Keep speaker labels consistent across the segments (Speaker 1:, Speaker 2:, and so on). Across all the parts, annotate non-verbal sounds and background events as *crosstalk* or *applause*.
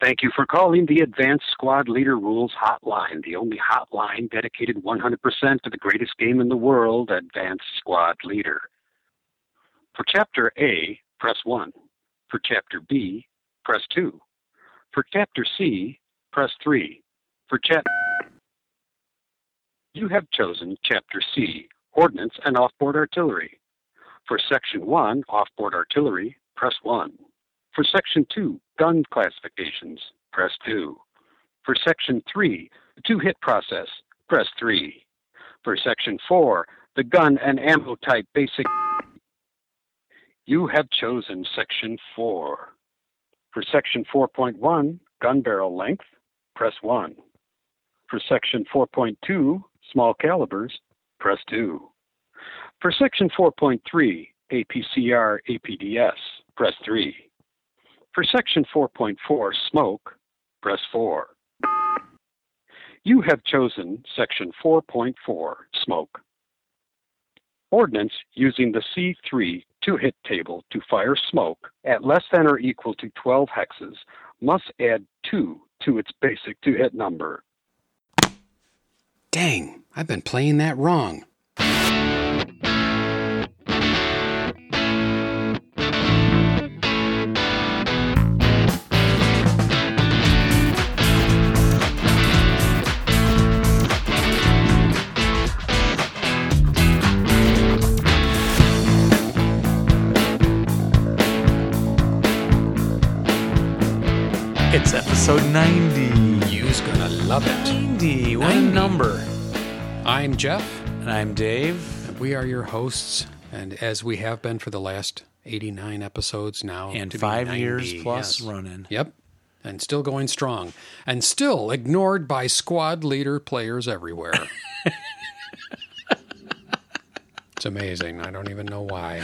Speaker 1: Thank you for calling the Advanced Squad Leader Rules Hotline, the only hotline dedicated 100% to the greatest game in the world, Advanced Squad Leader. For Chapter A, press 1. For Chapter B, press 2. For Chapter C, press 3. For Chapter. You have chosen Chapter C, Ordnance and Offboard Artillery. For Section 1, Offboard Artillery, press 1. For Section 2, gun classifications, press 2. For Section 3, the two hit process, press 3. For Section 4, the gun and ammo type basic. You have chosen Section 4. For Section 4.1, gun barrel length, press 1. For Section 4.2, small calibers, press 2. For Section 4.3, APCR, APDS, press 3. For section 4.4 smoke, press 4. You have chosen section 4.4 smoke. Ordnance using the C3 two hit table to fire smoke at less than or equal to 12 hexes must add 2 to its basic two hit number.
Speaker 2: Dang, I've been playing that wrong.
Speaker 3: It's episode 90.
Speaker 2: You's gonna love it.
Speaker 3: 90. What a
Speaker 2: 90.
Speaker 3: number.
Speaker 2: I'm Jeff,
Speaker 3: And I'm Dave.
Speaker 2: and we are your hosts, and as we have been for the last 89 episodes now,
Speaker 3: And
Speaker 2: to be
Speaker 3: five
Speaker 2: 90,
Speaker 3: years plus
Speaker 2: yes.
Speaker 3: running.
Speaker 2: Yep, and still going strong, and still ignored by squad leader players everywhere.
Speaker 3: *laughs*
Speaker 2: it's amazing. I don't even know why.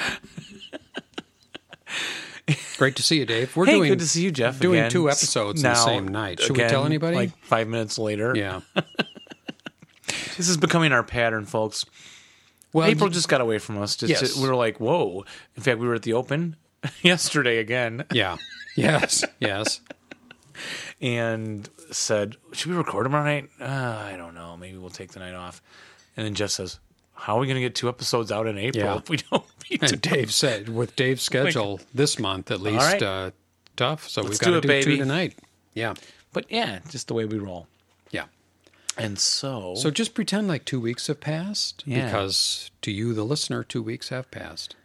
Speaker 2: Great to see you, Dave. We're
Speaker 3: Hey,
Speaker 2: doing
Speaker 3: good to see you, Jeff.
Speaker 2: Doing
Speaker 3: again.
Speaker 2: two episodes in the
Speaker 3: Now,
Speaker 2: same night. Should
Speaker 3: again,
Speaker 2: we tell anybody?
Speaker 3: Like five minutes later.
Speaker 2: yeah.
Speaker 3: This is becoming our pattern, folks.
Speaker 2: Well,
Speaker 3: April just got away from us. Just
Speaker 2: Yes.
Speaker 3: we were like, whoa. In fact, we were at the open *laughs* yesterday again
Speaker 2: Yeah. Yes. Yes.
Speaker 3: and said, should we record tomorrow night? Uh, I don't know. Maybe we'll take the night off. And then Jeff says, how are we going to get two episodes out in April
Speaker 2: Yeah.
Speaker 3: if we don't *laughs* meet
Speaker 2: And Dave said, with Dave's schedule this month at least,
Speaker 3: right.
Speaker 2: uh, tough. So we've
Speaker 3: Let's
Speaker 2: got to
Speaker 3: do
Speaker 2: do,
Speaker 3: it,
Speaker 2: two
Speaker 3: baby.
Speaker 2: tonight. Yeah.
Speaker 3: But yeah, just the way we roll.
Speaker 2: Yeah.
Speaker 3: And so,
Speaker 2: So just pretend like two weeks have passed
Speaker 3: Yeah.
Speaker 2: because to you, the listener, two weeks have passed.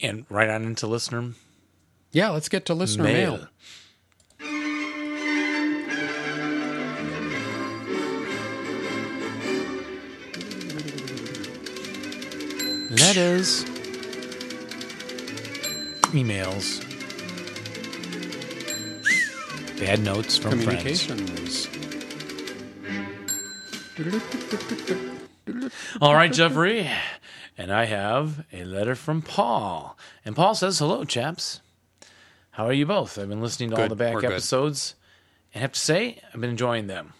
Speaker 3: and right on into listener
Speaker 2: Yeah. Let's get to listener mail.
Speaker 3: mail. Letters, emails, bad notes from friends.
Speaker 2: Communications.
Speaker 3: All right, Jeffrey. And I have a letter from Paul. And Paul says, Hello, chaps. How are you both? I've been listening to all
Speaker 2: Good.
Speaker 3: the
Speaker 2: We're
Speaker 3: back
Speaker 2: good.
Speaker 3: episodes. And have to say, I've been enjoying them.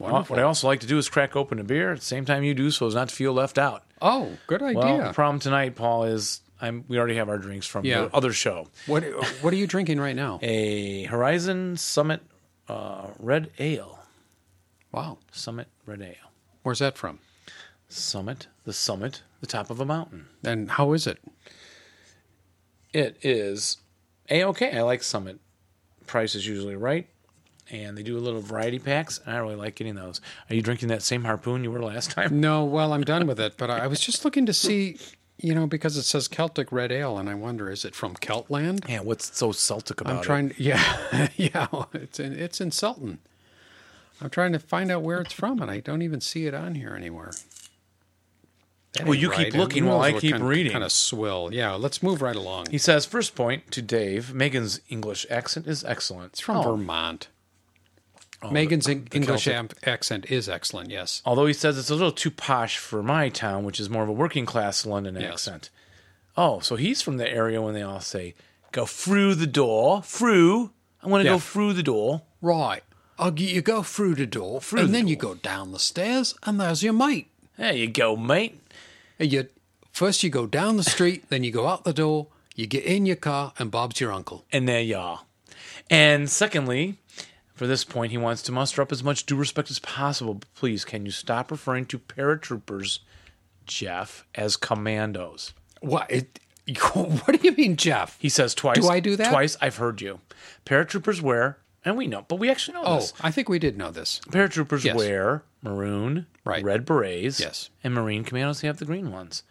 Speaker 3: Uh,
Speaker 2: Wonderful.
Speaker 3: What I also like to do is crack open a beer at the same time you do so as not to feel left out.
Speaker 2: Oh, good idea.
Speaker 3: Well, the problem tonight, Paul, is I'm, we already have our drinks from
Speaker 2: Yeah.
Speaker 3: the other show.
Speaker 2: what What are you drinking
Speaker 3: *laughs*
Speaker 2: right now?
Speaker 3: A Horizon Summit uh, Red Ale.
Speaker 2: Wow.
Speaker 3: Summit Red Ale.
Speaker 2: Where's that from?
Speaker 3: Summit, the summit, the top of a mountain.
Speaker 2: And how is it?
Speaker 3: It is a okay. I like Summit. Price is usually right, and they do a little variety packs, and I really like getting those. Are you drinking that same harpoon you were last
Speaker 2: *laughs*
Speaker 3: time?
Speaker 2: No, well, I'm done with it, but I I was just looking to see, you know, because it says Celtic Red Ale, and I wonder, is it from Celtland?
Speaker 3: Yeah, what's so Celtic about
Speaker 2: I'm
Speaker 3: it?
Speaker 2: trying, *laughs* yeah, yeah, it's in, it's insulting. I'm trying to find out where it's from, and I don't even see it on here anywhere. That
Speaker 3: Well,
Speaker 2: ain't
Speaker 3: you keep
Speaker 2: right. Who
Speaker 3: looking while
Speaker 2: knows
Speaker 3: I
Speaker 2: what
Speaker 3: keep
Speaker 2: kind,
Speaker 3: reading.
Speaker 2: Kind of swill, yeah. Let's move right along.
Speaker 3: He says, first point to Dave, Megan's English accent is excellent. Oh.
Speaker 2: It's from Vermont. Megan's en- English am- accent is excellent. Yes,
Speaker 3: Although he says it's a little too posh for my town, which is more of a working class London
Speaker 2: Yes.
Speaker 3: accent. Oh, so he's from the area when they all say, go through the door, through. I want to
Speaker 2: Yeah.
Speaker 3: go through the door.
Speaker 2: right. Uh, you- you go through the door,
Speaker 3: the
Speaker 2: and then you go down the stairs, and there's your mate.
Speaker 3: There you go, mate.
Speaker 2: And You first you go down the street, then you go out the door, you get in your car, and Bob's your uncle.
Speaker 3: and there you are. And secondly, for this point, he wants to muster up as much due respect as possible. But please, can you stop referring to paratroopers, Jeff, as commandos?
Speaker 2: What? It, *laughs* what do you mean, Jeff?
Speaker 3: He says twice.
Speaker 2: Do I do that?
Speaker 3: Twice. I've heard you. Paratroopers wear, and we know, but we actually know
Speaker 2: Oh,
Speaker 3: this.
Speaker 2: I think we did know this.
Speaker 3: Paratroopers
Speaker 2: Oh. Yes.
Speaker 3: wear maroon,
Speaker 2: Right.
Speaker 3: red berets,
Speaker 2: Yes.
Speaker 3: and Marine commandos. They have the green ones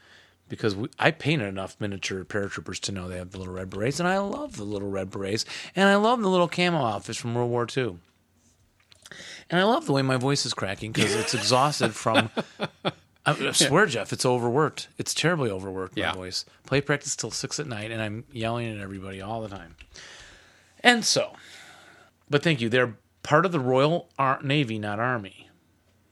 Speaker 3: because we, I painted enough miniature paratroopers to know they have the little red berets, and I love the little red berets, and I love the little camo outfits from World War II. And I love the way my voice is cracking because it's exhausted from. *laughs* I I swear, Jeff, it's overworked. It's terribly overworked. My
Speaker 2: Yeah.
Speaker 3: voice. Play practice till six at night, and I'm yelling at everybody all the time. And so, but thank you. They're part of the Royal Ar- Navy, not Army.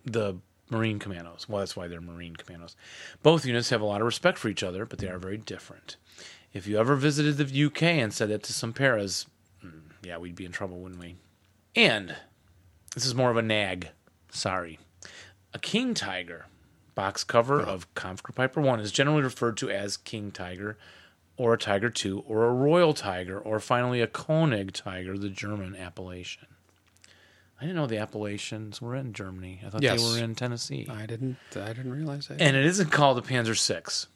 Speaker 3: The Marine Commandos. Well, that's why they're Marine Commandos. Both units have a lot of respect for each other, but they are very different. If you ever visited the UK and said that to some paras, mm, yeah, we'd be in trouble, wouldn't we? And this is more of a nag. Sorry. A king tiger box cover
Speaker 2: Uh-huh.
Speaker 3: of Comfort Piper 1 is generally referred to as king tiger or a tiger 2 or a royal tiger or finally a Koenig tiger, the German appellation. I didn't know the appellations were in Germany. I thought
Speaker 2: Yes. Uh-huh.
Speaker 3: they were in Tennessee.
Speaker 2: I didn't. I didn't realize that.
Speaker 3: And it isn't called a Panzer 6.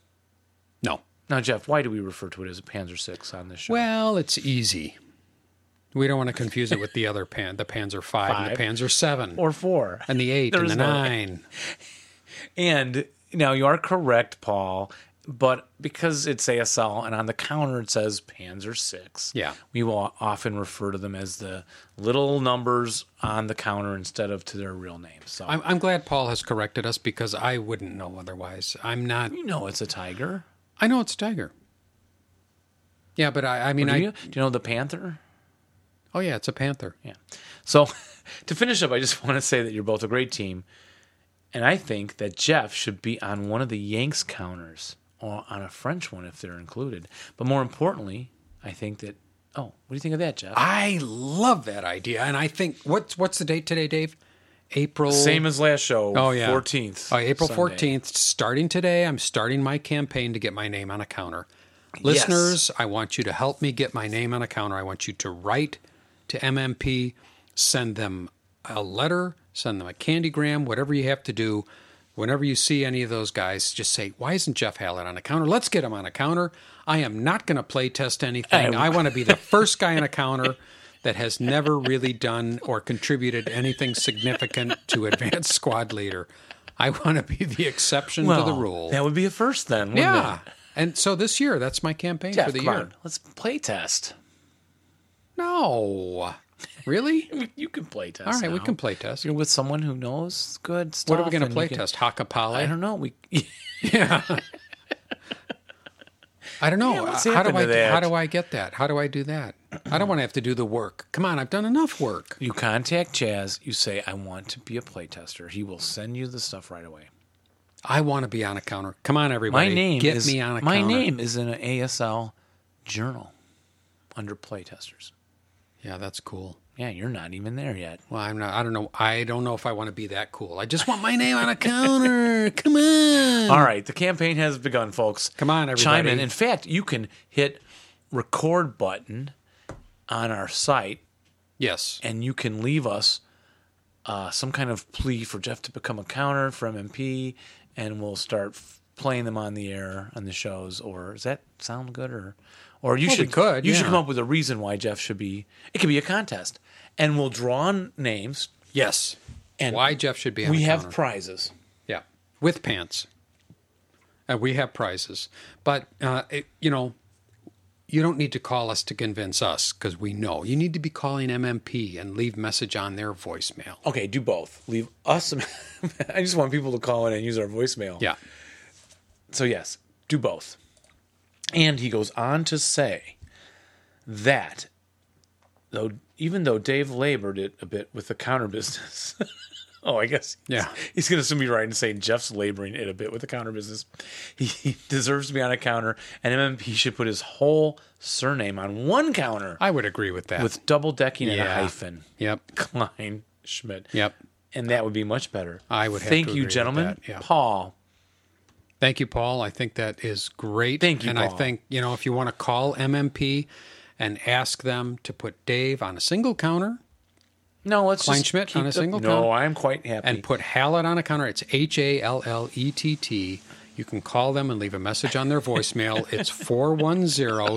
Speaker 2: no.
Speaker 3: Now, Jeff, why do we refer to it as a Panzer 6 on this show?
Speaker 2: Well, it's easy. We don't want to confuse it with the other pan, the Panzer Five, and
Speaker 3: Five.
Speaker 2: the Panzer Seven,
Speaker 3: or 4.
Speaker 2: and the Eight,
Speaker 3: There
Speaker 2: and
Speaker 3: is
Speaker 2: the
Speaker 3: no-
Speaker 2: Nine.
Speaker 3: And now you are correct, Paul, but because it's ASL and on the counter it says Panzer six,
Speaker 2: Yeah.
Speaker 3: we will often refer to them as the little numbers on the counter instead of to their real names. So
Speaker 2: I'm, I'm glad Paul has corrected us because I wouldn't know otherwise. I'm not.
Speaker 3: you know it's a tiger.
Speaker 2: I know it's Tiger. Yeah, but I. I mean,
Speaker 3: Do
Speaker 2: I.
Speaker 3: you, do you know the panther?
Speaker 2: Oh yeah, it's a Panther.
Speaker 3: Yeah. So *laughs* to finish up, I just *laughs* want to say that you're both a great team. And I think that Jeff should be on one of the Yanks counters or on a French one if they're included. But more importantly, I think that, oh, what do you think of that, Jeff?
Speaker 2: I love that idea, and I think what's what's the date today, Dave? April.
Speaker 3: Same as last show.
Speaker 2: Oh yeah,
Speaker 3: 14th.
Speaker 2: Oh, April
Speaker 3: Sunday.
Speaker 2: fourteenth. Starting today, I'm starting my campaign to get my name on a counter. Listeners, I want you to help me get my name on a counter. I want you to write to MMP, send them a letter, send them a candygram, whatever you have to do. Whenever you see any of those guys, just say, "Why isn't Jeff Hallett on a counter? Let's get him on a counter." I am not going to play test anything. I want
Speaker 3: *laughs*
Speaker 2: to be the first guy on a counter that has never really done or contributed anything significant to advanced squad leader. I want to be the exception
Speaker 3: Well,
Speaker 2: to the rule.
Speaker 3: That would be a first then. Wouldn't
Speaker 2: yeah.
Speaker 3: It?
Speaker 2: And so this year, that's my campaign
Speaker 3: Jeff,
Speaker 2: for the
Speaker 3: come
Speaker 2: year.
Speaker 3: on. Let's play test. *laughs*
Speaker 2: No. Really?
Speaker 3: *laughs* You can play test.
Speaker 2: All right, we
Speaker 3: now.
Speaker 2: can play test.
Speaker 3: You're with someone who knows good stuff.
Speaker 2: What are we going to
Speaker 3: and you
Speaker 2: play
Speaker 3: can-
Speaker 2: test?
Speaker 3: I
Speaker 2: Hakapale?
Speaker 3: don't know. We *laughs*
Speaker 2: I don't know.
Speaker 3: what's
Speaker 2: how do
Speaker 3: happened
Speaker 2: I
Speaker 3: to that?
Speaker 2: how do I get that? How do I do that? I don't want to have to do the work. Come on, I've done enough work.
Speaker 3: You contact Chaz. You say, I want to be a playtester. He will send you the stuff right away.
Speaker 2: I want to be on a counter. Come on,
Speaker 3: My
Speaker 2: everybody.
Speaker 3: name
Speaker 2: get
Speaker 3: is
Speaker 2: me on a
Speaker 3: my
Speaker 2: counter.
Speaker 3: name is in an ASL journal under playtesters.
Speaker 2: Yeah, that's cool.
Speaker 3: Yeah, you're not even there yet.
Speaker 2: Well, I'm not. I don't know. I don't know if I want to be that cool. I just want my name on
Speaker 3: *laughs*
Speaker 2: a counter. Come on.
Speaker 3: All right, the campaign has begun, folks.
Speaker 2: Come on, everybody.
Speaker 3: Chime in. In fact, you can hit record button on our site,
Speaker 2: Yes.
Speaker 3: and you can leave us uh, some kind of plea for Jeff to become a counter for MMP, and we'll start f- playing them on the air on the shows. Or does that sound good? Or, or you
Speaker 2: Well, we
Speaker 3: should
Speaker 2: could,
Speaker 3: you should
Speaker 2: yeah.
Speaker 3: come up with a reason why Jeff should be. It could be a contest, and we'll draw on names.
Speaker 2: Yes.
Speaker 3: And
Speaker 2: Why Jeff should be on
Speaker 3: we
Speaker 2: a
Speaker 3: have
Speaker 2: counter.
Speaker 3: prizes.
Speaker 2: Yeah, with pants. And we have prizes, but uh, it, you know, you don't need to call us to convince us because we know. You need to be calling MMP and leave message on their voicemail.
Speaker 3: Okay, do both. Leave us. *laughs* I just want people to call in and use our voicemail.
Speaker 2: Yeah,
Speaker 3: So, yes, do both. And he goes on to say that though even though Dave labored it a bit with the counter business. *laughs* oh, I guess
Speaker 2: Yeah.
Speaker 3: He's going to assume me right in saying Jeff's laboring it a bit with the counter business. *laughs* He deserves to be on a counter and MMP should put his whole surname on one counter
Speaker 2: I would agree with that.
Speaker 3: with double decking and a
Speaker 2: Yeah.
Speaker 3: hyphen. *laughs*
Speaker 2: yep,
Speaker 3: Klein Schmidt.
Speaker 2: yep.
Speaker 3: And that would be much better.
Speaker 2: I would have
Speaker 3: Thank
Speaker 2: to
Speaker 3: you,
Speaker 2: agree with
Speaker 3: gentlemen.
Speaker 2: that, yeah.
Speaker 3: Paul,
Speaker 2: Thank you, Paul. I think that is great.
Speaker 3: Thank you,
Speaker 2: And I
Speaker 3: Paul.
Speaker 2: think you know if you want to call MMP and ask them to put Dave on a single counter
Speaker 3: No, let's just
Speaker 2: Kleinschmidt
Speaker 3: keep
Speaker 2: on a
Speaker 3: the-
Speaker 2: single
Speaker 3: No,
Speaker 2: count?
Speaker 3: I'm quite happy.
Speaker 2: and put Hallett on a counter. It's H A L L E T T. You can call them and leave a message on their voicemail. It's 410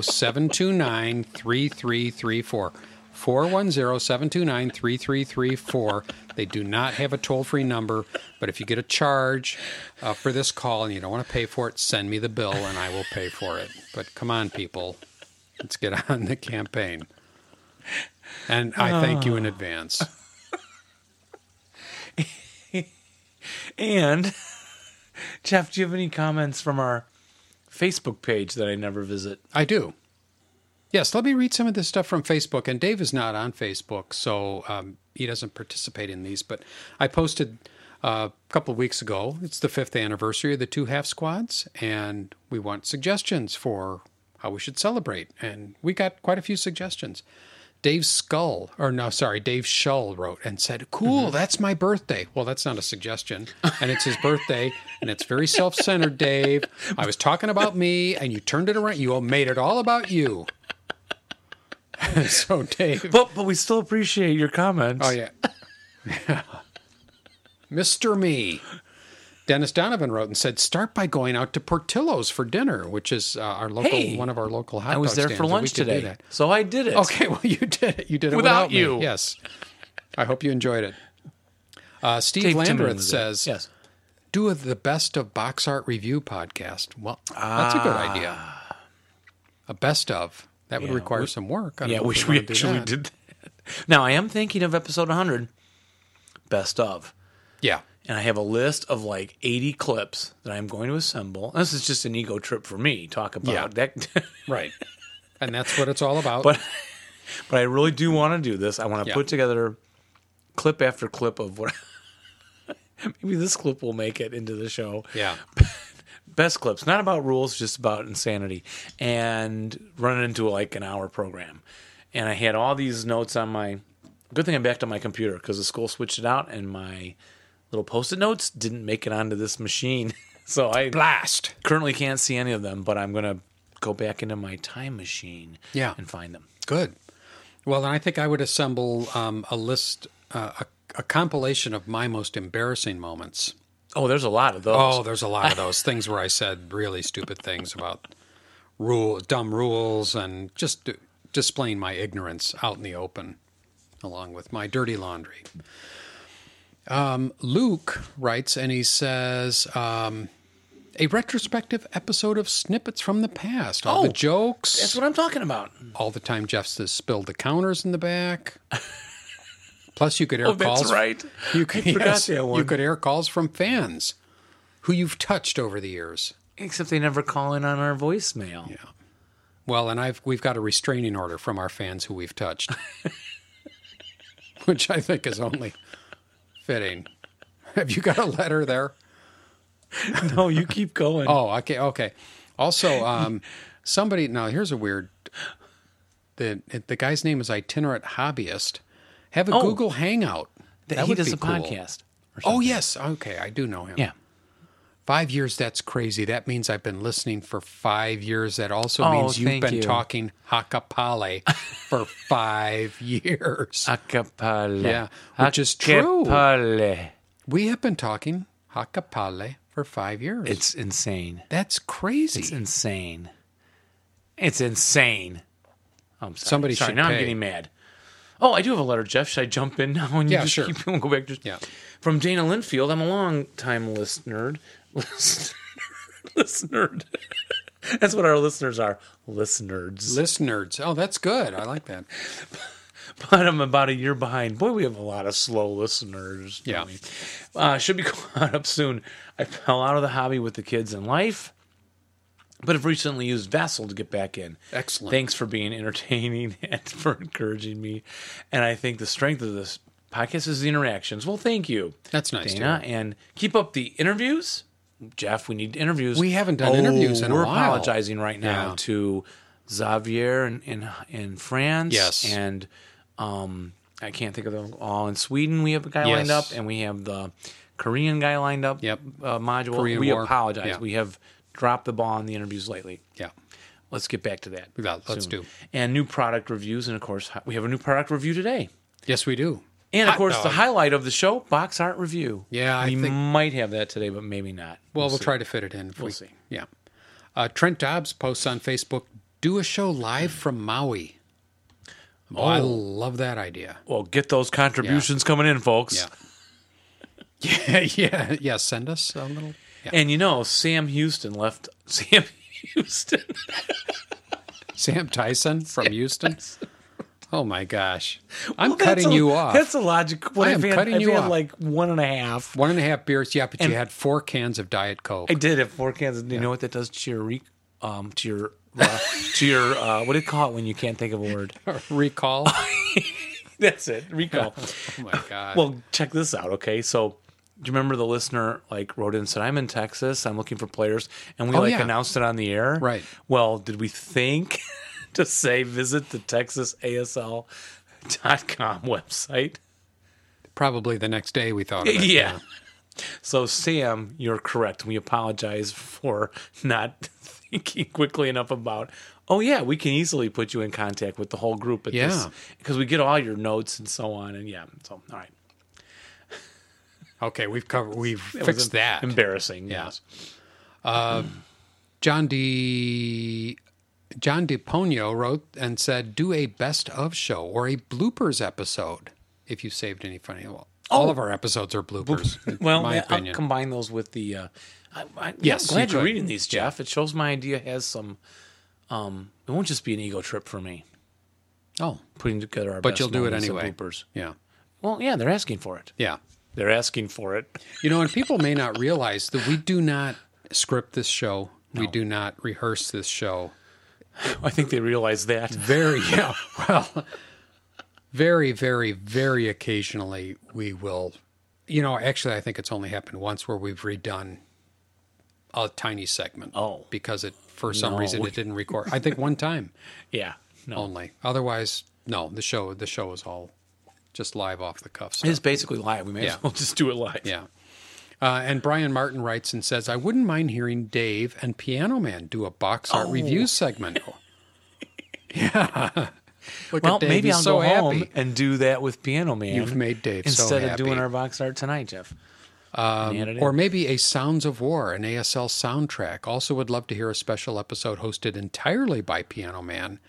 Speaker 2: 729 3334. 410 729 3334. They do not have a toll free number, but if you get a charge uh, for this call and you don't want to pay for it, send me the bill and I will pay for it. But come on, people, let's get on the campaign. And I thank you in advance. *laughs*
Speaker 3: And Jeff, do you have any comments from our Facebook page that I never visit?
Speaker 2: I do. Yes, let me read some of this stuff from Facebook. And Dave is not on Facebook, so um, he doesn't participate in these. But I posted uh, a couple of weeks ago. It's the fifth anniversary of the two half squads, and we want suggestions for how we should celebrate. And we got quite a few suggestions. Dave Skull, or no, sorry, Dave Shull wrote and said,
Speaker 3: Mm-hmm.
Speaker 2: Cool, that's my birthday. Well, that's not a suggestion. And it's his birthday, and it's very self centered, Dave. I was talking about me, and you turned it around. You all made it all about you. *laughs* so, Dave.
Speaker 3: But but we still appreciate your comments.
Speaker 2: Oh, yeah. *laughs* Mr. Me. Dennis Donovan wrote and said, "Start by going out to Portillo's for dinner, which is uh, our local
Speaker 3: Hey,
Speaker 2: one of our local hot
Speaker 3: I was
Speaker 2: dog
Speaker 3: there
Speaker 2: stands,
Speaker 3: for
Speaker 2: and we
Speaker 3: lunch
Speaker 2: could do
Speaker 3: today,
Speaker 2: that.
Speaker 3: so I did it.
Speaker 2: *laughs* Okay, well, you did it. You did it
Speaker 3: Without
Speaker 2: without,
Speaker 3: you.
Speaker 2: Me. Yes. I hope you enjoyed it. Uh, Steve
Speaker 3: Dave Timmerman
Speaker 2: Landreth
Speaker 3: was there.
Speaker 2: says,
Speaker 3: yes.
Speaker 2: do a- the best of box art review podcast. Well, that's a good idea. A best of. That would
Speaker 3: Ah. Yeah,
Speaker 2: require
Speaker 3: we-
Speaker 2: some work. I don't
Speaker 3: Yeah, I
Speaker 2: know if
Speaker 3: wish *laughs*
Speaker 2: we
Speaker 3: we
Speaker 2: wanna do
Speaker 3: actually
Speaker 2: that.
Speaker 3: did that. Now I am thinking of episode 100, best of,
Speaker 2: *laughs* Yeah.
Speaker 3: and I have a list of like 80 clips that I'm going to assemble. This is just an ego trip for me. Talk about
Speaker 2: Yeah.
Speaker 3: that, *laughs*
Speaker 2: Right. And that's what it's all about.
Speaker 3: but but I really do want to do this. I want to
Speaker 2: Yeah.
Speaker 3: put together clip after clip of what. *laughs* Maybe this clip will make it into the show.
Speaker 2: yeah.
Speaker 3: best clips, not about rules, just about insanity, and run it into like an hour program. And I had all these notes on my. Good thing I backed up my computer because the school switched it out, and my little post-it notes didn't make it onto this machine. *laughs* So I
Speaker 2: Blast.
Speaker 3: currently can't see any of them, but I'm gonna go back into my time machine,
Speaker 2: Yeah.
Speaker 3: and find them.
Speaker 2: Good. Well, then I think I would assemble um, a list, uh, a, a compilation of my most embarrassing moments.
Speaker 3: Oh, there's a lot of those.
Speaker 2: Oh, there's a lot of those things where I said really stupid things about rule, dumb rules, and just d- displaying my ignorance out in the open, along with my dirty laundry. Um, Luke writes, and he says. Um, a retrospective episode of snippets from the past. All
Speaker 3: Oh,
Speaker 2: the jokes.
Speaker 3: that's what I'm talking about.
Speaker 2: all the time Jeff says spilled the counters in
Speaker 3: *laughs*
Speaker 2: the back. Plus, you could air
Speaker 3: Oh,
Speaker 2: calls.
Speaker 3: that's right. *laughs*
Speaker 2: You could,
Speaker 3: I forgot
Speaker 2: yes,
Speaker 3: that one.
Speaker 2: You could air calls from fans who you've touched over the years.
Speaker 3: Except they never call in on our voicemail.
Speaker 2: Well, and I've we've got a restraining order from our fans who we've touched, *laughs* which I think is only fitting. Have you got a letter there?
Speaker 3: *laughs* No, you keep going.
Speaker 2: Oh, okay, okay. Also, um, somebody now here's a weird. The the guy's name is itinerant hobbyist. Have a
Speaker 3: Oh.
Speaker 2: Google Hangout.
Speaker 3: That
Speaker 2: That
Speaker 3: he
Speaker 2: would
Speaker 3: does
Speaker 2: be
Speaker 3: a
Speaker 2: cool.
Speaker 3: podcast. or
Speaker 2: Oh
Speaker 3: something.
Speaker 2: yes, okay, I do know him.
Speaker 3: yeah.
Speaker 2: Five years, that's crazy. That means I've been listening for five years. That also
Speaker 3: Oh,
Speaker 2: means you've
Speaker 3: thank
Speaker 2: been
Speaker 3: you.
Speaker 2: talking Hakapale
Speaker 3: *laughs*
Speaker 2: for five years.
Speaker 3: Acapella.
Speaker 2: Yeah, which is true.
Speaker 3: Acapella.
Speaker 2: We have been talking Hakapale for five years.
Speaker 3: It's insane.
Speaker 2: that's crazy.
Speaker 3: It's insane. It's insane. Oh, I'm sorry.
Speaker 2: Somebody
Speaker 3: sorry,
Speaker 2: should
Speaker 3: now I'm
Speaker 2: pay.
Speaker 3: getting mad. Oh, I do have a letter, Jeff. Should I jump in now? And you
Speaker 2: Yeah,
Speaker 3: just
Speaker 2: sure.
Speaker 3: Keep, we'll go back to
Speaker 2: Yeah.
Speaker 3: From Dana Linfield. I'm a long time listener. Listener. *laughs* listener. *laughs* That's what our listeners are. Listeners.
Speaker 2: Listeners, oh, that's good. I like that.
Speaker 3: *laughs* but I'm about a year behind. Boy, we have a lot of slow listeners. don't
Speaker 2: Yeah.
Speaker 3: we? Uh, should be *laughs* caught up soon. I fell out of the hobby with the kids and life, but have recently used Vassal to get back in.
Speaker 2: Excellent.
Speaker 3: Thanks for being entertaining *laughs* and for encouraging me. And I think the strength of this podcast is the interactions. Well, thank you.
Speaker 2: That's nice to
Speaker 3: Dana. And keep up the interviews. Jeff, we need interviews. Oh,
Speaker 2: We haven't done interviews in a
Speaker 3: We're
Speaker 2: while.
Speaker 3: apologizing right now
Speaker 2: Yeah.
Speaker 3: to Xavier in, in, in France.
Speaker 2: Yes.
Speaker 3: And um, I can't think of them all. In Sweden, we have a guy lined up,
Speaker 2: Yes.
Speaker 3: and we have the Korean guy lined up.
Speaker 2: Yep.
Speaker 3: Uh, module.
Speaker 2: Korean
Speaker 3: we
Speaker 2: War.
Speaker 3: apologize.
Speaker 2: Yeah.
Speaker 3: We have dropped the ball on the interviews lately.
Speaker 2: Yeah.
Speaker 3: Let's get back to that.
Speaker 2: Yeah, let's
Speaker 3: soon.
Speaker 2: do.
Speaker 3: And new product reviews, and of course, hi- we have a new product review today.
Speaker 2: Yes, we do.
Speaker 3: And of
Speaker 2: Hot
Speaker 3: course, the
Speaker 2: dog.
Speaker 3: highlight of the show, box art review.
Speaker 2: Yeah, I
Speaker 3: we
Speaker 2: think-
Speaker 3: might have that today, but maybe not.
Speaker 2: Well, we'll,
Speaker 3: see.
Speaker 2: try to fit it in. If we'll
Speaker 3: see.
Speaker 2: Yeah. Uh, Trent Dobbs posts on Facebook, do a show live from Maui. Oh, I love
Speaker 3: *laughs*
Speaker 2: that idea. *laughs*
Speaker 3: Well, get those contributions coming in, folks.
Speaker 2: Yeah. yeah, yeah, yeah. Send us a little. Yeah.
Speaker 3: And you know, Sam Houston left. *laughs* Sam Houston.
Speaker 2: Sam Tyson from Houston. Oh my gosh. *laughs* I'm
Speaker 3: Well, that's
Speaker 2: cutting
Speaker 3: a-
Speaker 2: you off.
Speaker 3: That's a logical. What
Speaker 2: I
Speaker 3: I've
Speaker 2: am
Speaker 3: had-
Speaker 2: cutting
Speaker 3: I've
Speaker 2: you
Speaker 3: had
Speaker 2: off.
Speaker 3: like one and a half.
Speaker 2: One and a half beers. Yeah, but
Speaker 3: And-
Speaker 2: you had four cans of Diet Coke.
Speaker 3: I did have four cans. and You know what that does to your re- um to your uh, to your uh, what do you call it when you can't think of
Speaker 2: *laughs*
Speaker 3: a word?
Speaker 2: Recall.
Speaker 3: That's it. Recall.
Speaker 2: Oh my God.
Speaker 3: Well, check this out, okay? So do you remember the listener like wrote in and said, I'm in Texas, I'm looking for players, and we
Speaker 2: Oh,
Speaker 3: like
Speaker 2: yeah.
Speaker 3: announced it on the air.
Speaker 2: Right.
Speaker 3: Well, did we think *laughs* to say visit the Texas ASL dot com *laughs* website?
Speaker 2: Probably the next day we thought of it.
Speaker 3: yeah. So Sam, you're correct. We apologize for not *laughs* thinking quickly enough about. Oh yeah, we can easily put you in contact with the whole group at this
Speaker 2: Yeah.
Speaker 3: because we get all your notes and so on. And yeah, so all right,
Speaker 2: Okay, we've covered. We've
Speaker 3: It was
Speaker 2: fixed that.
Speaker 3: Embarrassing.
Speaker 2: Yeah. Um,
Speaker 3: yes.
Speaker 2: John D. John DePonio wrote and said, "Do a best of show or a bloopers episode if you saved any funny." Well, all of our episodes are bloopers. in
Speaker 3: Oh. Well,
Speaker 2: my
Speaker 3: yeah, I'll
Speaker 2: opinion.
Speaker 3: combine those with the. Uh, I, I,
Speaker 2: Yes,
Speaker 3: yes, I'm glad
Speaker 2: you
Speaker 3: you are
Speaker 2: could.
Speaker 3: reading these, Jeff. It shows my idea has some. Um, it won't just be an ego trip for me
Speaker 2: oh,
Speaker 3: putting together our.
Speaker 2: but
Speaker 3: best
Speaker 2: you'll do it
Speaker 3: moments and
Speaker 2: anyway.
Speaker 3: bloopers.
Speaker 2: Yeah,
Speaker 3: Well, yeah, they're asking for it.
Speaker 2: yeah.
Speaker 3: They're asking for it. *laughs*
Speaker 2: You know, and people may not realize that we do not script this show. We do not rehearse this show.
Speaker 3: I think they realize that.
Speaker 2: Very, yeah. *laughs* Well, very, very, very occasionally we will. You know, actually, I think it's only happened once where we've redone a tiny segment.
Speaker 3: Oh.
Speaker 2: because it for some
Speaker 3: No. Oh.
Speaker 2: reason it didn't record. I think one time
Speaker 3: Yeah. No.
Speaker 2: only. Otherwise, no. The show, the show is all just live off the cuff. stuff.
Speaker 3: It's basically live. We may
Speaker 2: Yeah.
Speaker 3: as well *laughs* just do it live.
Speaker 2: Yeah. Uh, and Brian Martin writes and says, I wouldn't mind hearing Dave and Piano Man do a box
Speaker 3: Oh.
Speaker 2: art
Speaker 3: *laughs*
Speaker 2: review segment. yeah. Look
Speaker 3: Well,
Speaker 2: at Dave.
Speaker 3: maybe
Speaker 2: He's
Speaker 3: I'll
Speaker 2: so
Speaker 3: go
Speaker 2: happy.
Speaker 3: home and do that with Piano Man.
Speaker 2: You've made Dave so
Speaker 3: instead of doing
Speaker 2: happy.
Speaker 3: our box art tonight, Jeff. Um,
Speaker 2: Or maybe a Sounds of War, an ASL soundtrack. Also, would love to hear a special episode hosted entirely by Piano Man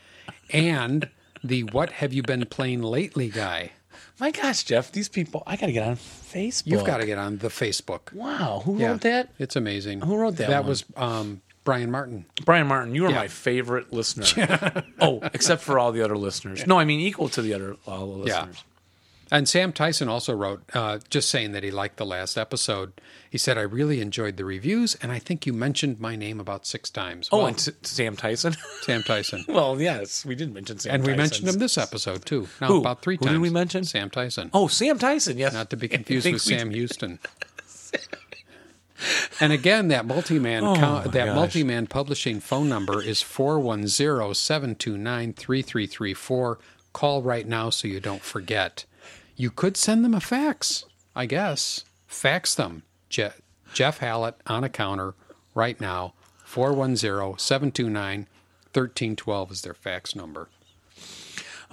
Speaker 2: and the What Have You Been Playing Lately guy.
Speaker 3: my gosh, Jeff, these people. I got to get on Facebook.
Speaker 2: You've got to get on the Facebook.
Speaker 3: Wow, who
Speaker 2: Yeah.
Speaker 3: wrote that?
Speaker 2: It's amazing.
Speaker 3: Who wrote that
Speaker 2: That
Speaker 3: one?
Speaker 2: was um, Brian Martin.
Speaker 3: Brian Martin, you are
Speaker 2: Yeah.
Speaker 3: my favorite
Speaker 2: *laughs*
Speaker 3: listener. oh, except for all the other listeners. No, I mean equal to the other all the
Speaker 2: Yeah.
Speaker 3: listeners.
Speaker 2: And Sam Tyson also wrote, uh, just saying that he liked the last episode. He said, I really enjoyed the reviews, and I think you mentioned my name about six times.
Speaker 3: Oh,
Speaker 2: Well,
Speaker 3: and S- Sam Tyson. *laughs*
Speaker 2: Sam Tyson.
Speaker 3: well, yes, we did mention Sam.
Speaker 2: And we
Speaker 3: Tyson's.
Speaker 2: mentioned him this episode, too. Now,
Speaker 3: Who?
Speaker 2: about three
Speaker 3: Who
Speaker 2: times.
Speaker 3: did we mention?
Speaker 2: Sam Tyson.
Speaker 3: Oh, Sam Tyson. Yes,
Speaker 2: Not to be
Speaker 3: I
Speaker 2: confused
Speaker 3: think
Speaker 2: with
Speaker 3: we *laughs*
Speaker 2: Sam Houston. and again, that multi-man count, that
Speaker 3: Oh gosh.
Speaker 2: multi-man publishing phone number is 410-729-3334. Call right now so you don't forget. You could send them a fax, I guess. Fax them. Je- Jeff Hallett on a counter right now. 410-729-1312 is their fax number.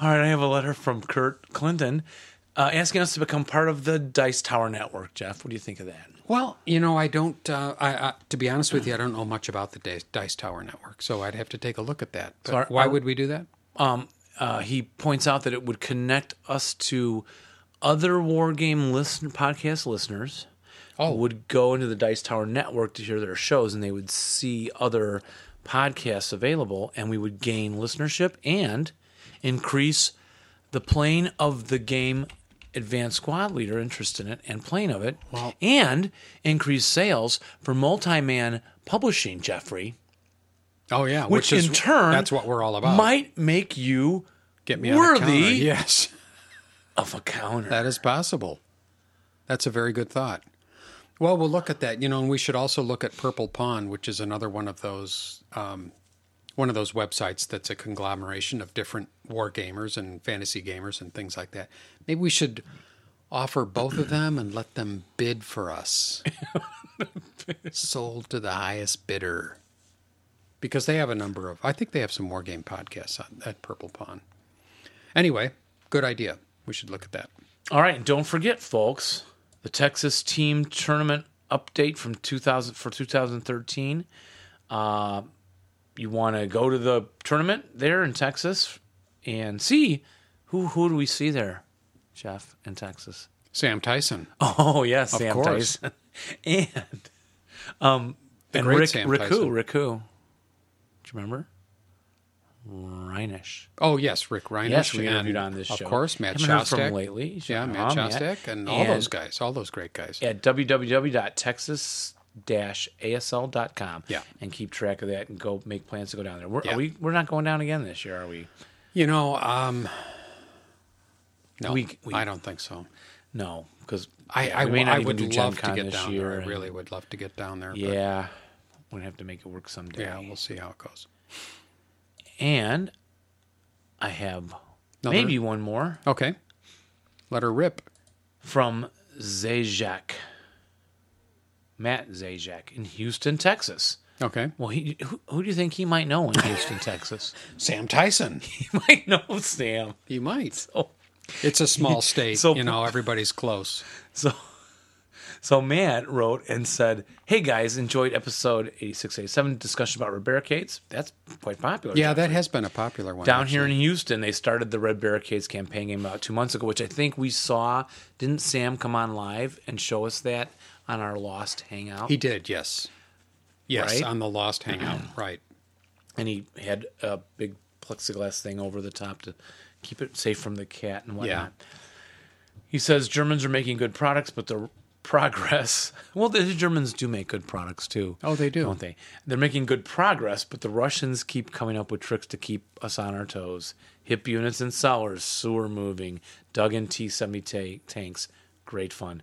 Speaker 3: All right, I have a letter from Kurt Clinton uh, asking us to become part of the Dice Tower Network. Jeff, what do you think of that?
Speaker 2: Well, you know, I don't. Uh, I, I to be honest with you, I don't know much about the Dice, Dice Tower Network, so I'd have to take a look at that. But
Speaker 3: our-
Speaker 2: why
Speaker 3: our-
Speaker 2: would we do that?
Speaker 3: Um, uh, he points out that it would connect us to other war game listen- podcast listeners.
Speaker 2: Oh.
Speaker 3: Would go into the Dice Tower Network to hear their shows, and they would see other podcasts available, and we would gain listenership and increase the plane of the game advanced squad leader interest in it and playing of it and increase sales for multi-man publishing jeffrey
Speaker 2: Oh yeah,
Speaker 3: which,
Speaker 2: is-
Speaker 3: in turn
Speaker 2: that's what we're all about.
Speaker 3: might make you
Speaker 2: Get me on a counter.
Speaker 3: worthy
Speaker 2: Yes,
Speaker 3: of a counter
Speaker 2: that is possible. That's a very good thought. Well, we'll look at that. You know, and we should also look at Purple Pawn, which is another one of those. Um, one of those websites that's a conglomeration of different war gamers and fantasy gamers and things like that. Maybe we should offer both of them and let them bid for us. Sold to the highest bidder. because they have a number of. I think they have some war game podcasts on, at Purple Pond. Anyway, good idea. We should look at that.
Speaker 3: All right, and don't forget, folks, the Texas team tournament update from 2000 for 2013. Uh, you want to go to the tournament there in Texas and see who who do we see there, Jeff in Texas?
Speaker 2: Sam Tyson,
Speaker 3: Oh yes, Sam
Speaker 2: course.
Speaker 3: Tyson *laughs* and um
Speaker 2: The
Speaker 3: and
Speaker 2: great
Speaker 3: Rick
Speaker 2: Sam
Speaker 3: Riku
Speaker 2: Tyson.
Speaker 3: Riku. Do you remember? Reinish.
Speaker 2: Oh yes, Rick Reiner.
Speaker 3: Yes, we interviewed on this
Speaker 2: of
Speaker 3: show.
Speaker 2: Of course, Matt
Speaker 3: Haven't heard from
Speaker 2: Shostak.
Speaker 3: lately.
Speaker 2: Yeah, Matt
Speaker 3: Um,
Speaker 2: Shostak and all those guys, all those great guys.
Speaker 3: at www.texas-asl.com.
Speaker 2: Yeah.
Speaker 3: and keep track of that and go make plans to go down there. We're,
Speaker 2: Yeah.
Speaker 3: are we we're not going down again this year, are we?
Speaker 2: You know, um, no,
Speaker 3: We- we-
Speaker 2: I don't think so.
Speaker 3: No, because
Speaker 2: I, I, I would love to get down there. I
Speaker 3: and-
Speaker 2: really would love to get down there. But
Speaker 3: yeah, we're gonna have to make it work someday.
Speaker 2: yeah, we'll see how it goes.
Speaker 3: and I have
Speaker 2: Another-
Speaker 3: maybe one more
Speaker 2: Okay, let her rip.
Speaker 3: from Zajak, Matt Zajak in Houston, Texas.
Speaker 2: Okay,
Speaker 3: Well, he, who, who do you think he might know in *laughs* Houston, Texas?
Speaker 2: Sam Tyson.
Speaker 3: *laughs* He might know Sam.
Speaker 2: You might.
Speaker 3: Oh.
Speaker 2: It's a
Speaker 3: *laughs*
Speaker 2: small state.
Speaker 3: So-
Speaker 2: you know, everybody's close.
Speaker 3: So, so Matt wrote and said, "Hey guys, enjoyed episode 8687 discussion about red barricades. That's quite popular.
Speaker 2: Yeah, that has been a popular one
Speaker 3: Down here in Houston, they started the Red Barricades campaign game about two months ago, which I think we saw. Didn't Sam come on live and show us that on our Lost Hangout?
Speaker 2: He did. Yes. Yes,
Speaker 3: Right?
Speaker 2: on the Lost
Speaker 3: *clears throat*
Speaker 2: Hangout. right.
Speaker 3: and he had a big plexiglass thing over the top to keep it safe from the cat and whatnot. He says Germans are making good products, but the progress. *laughs* Well, the Germans do make good products too.
Speaker 2: Oh, they do.
Speaker 3: don't they? They're making good progress, but the Russians keep coming up with tricks to keep us on our toes. Hip units and cellars, sewer moving, dug in T seventy tanks. Great fun.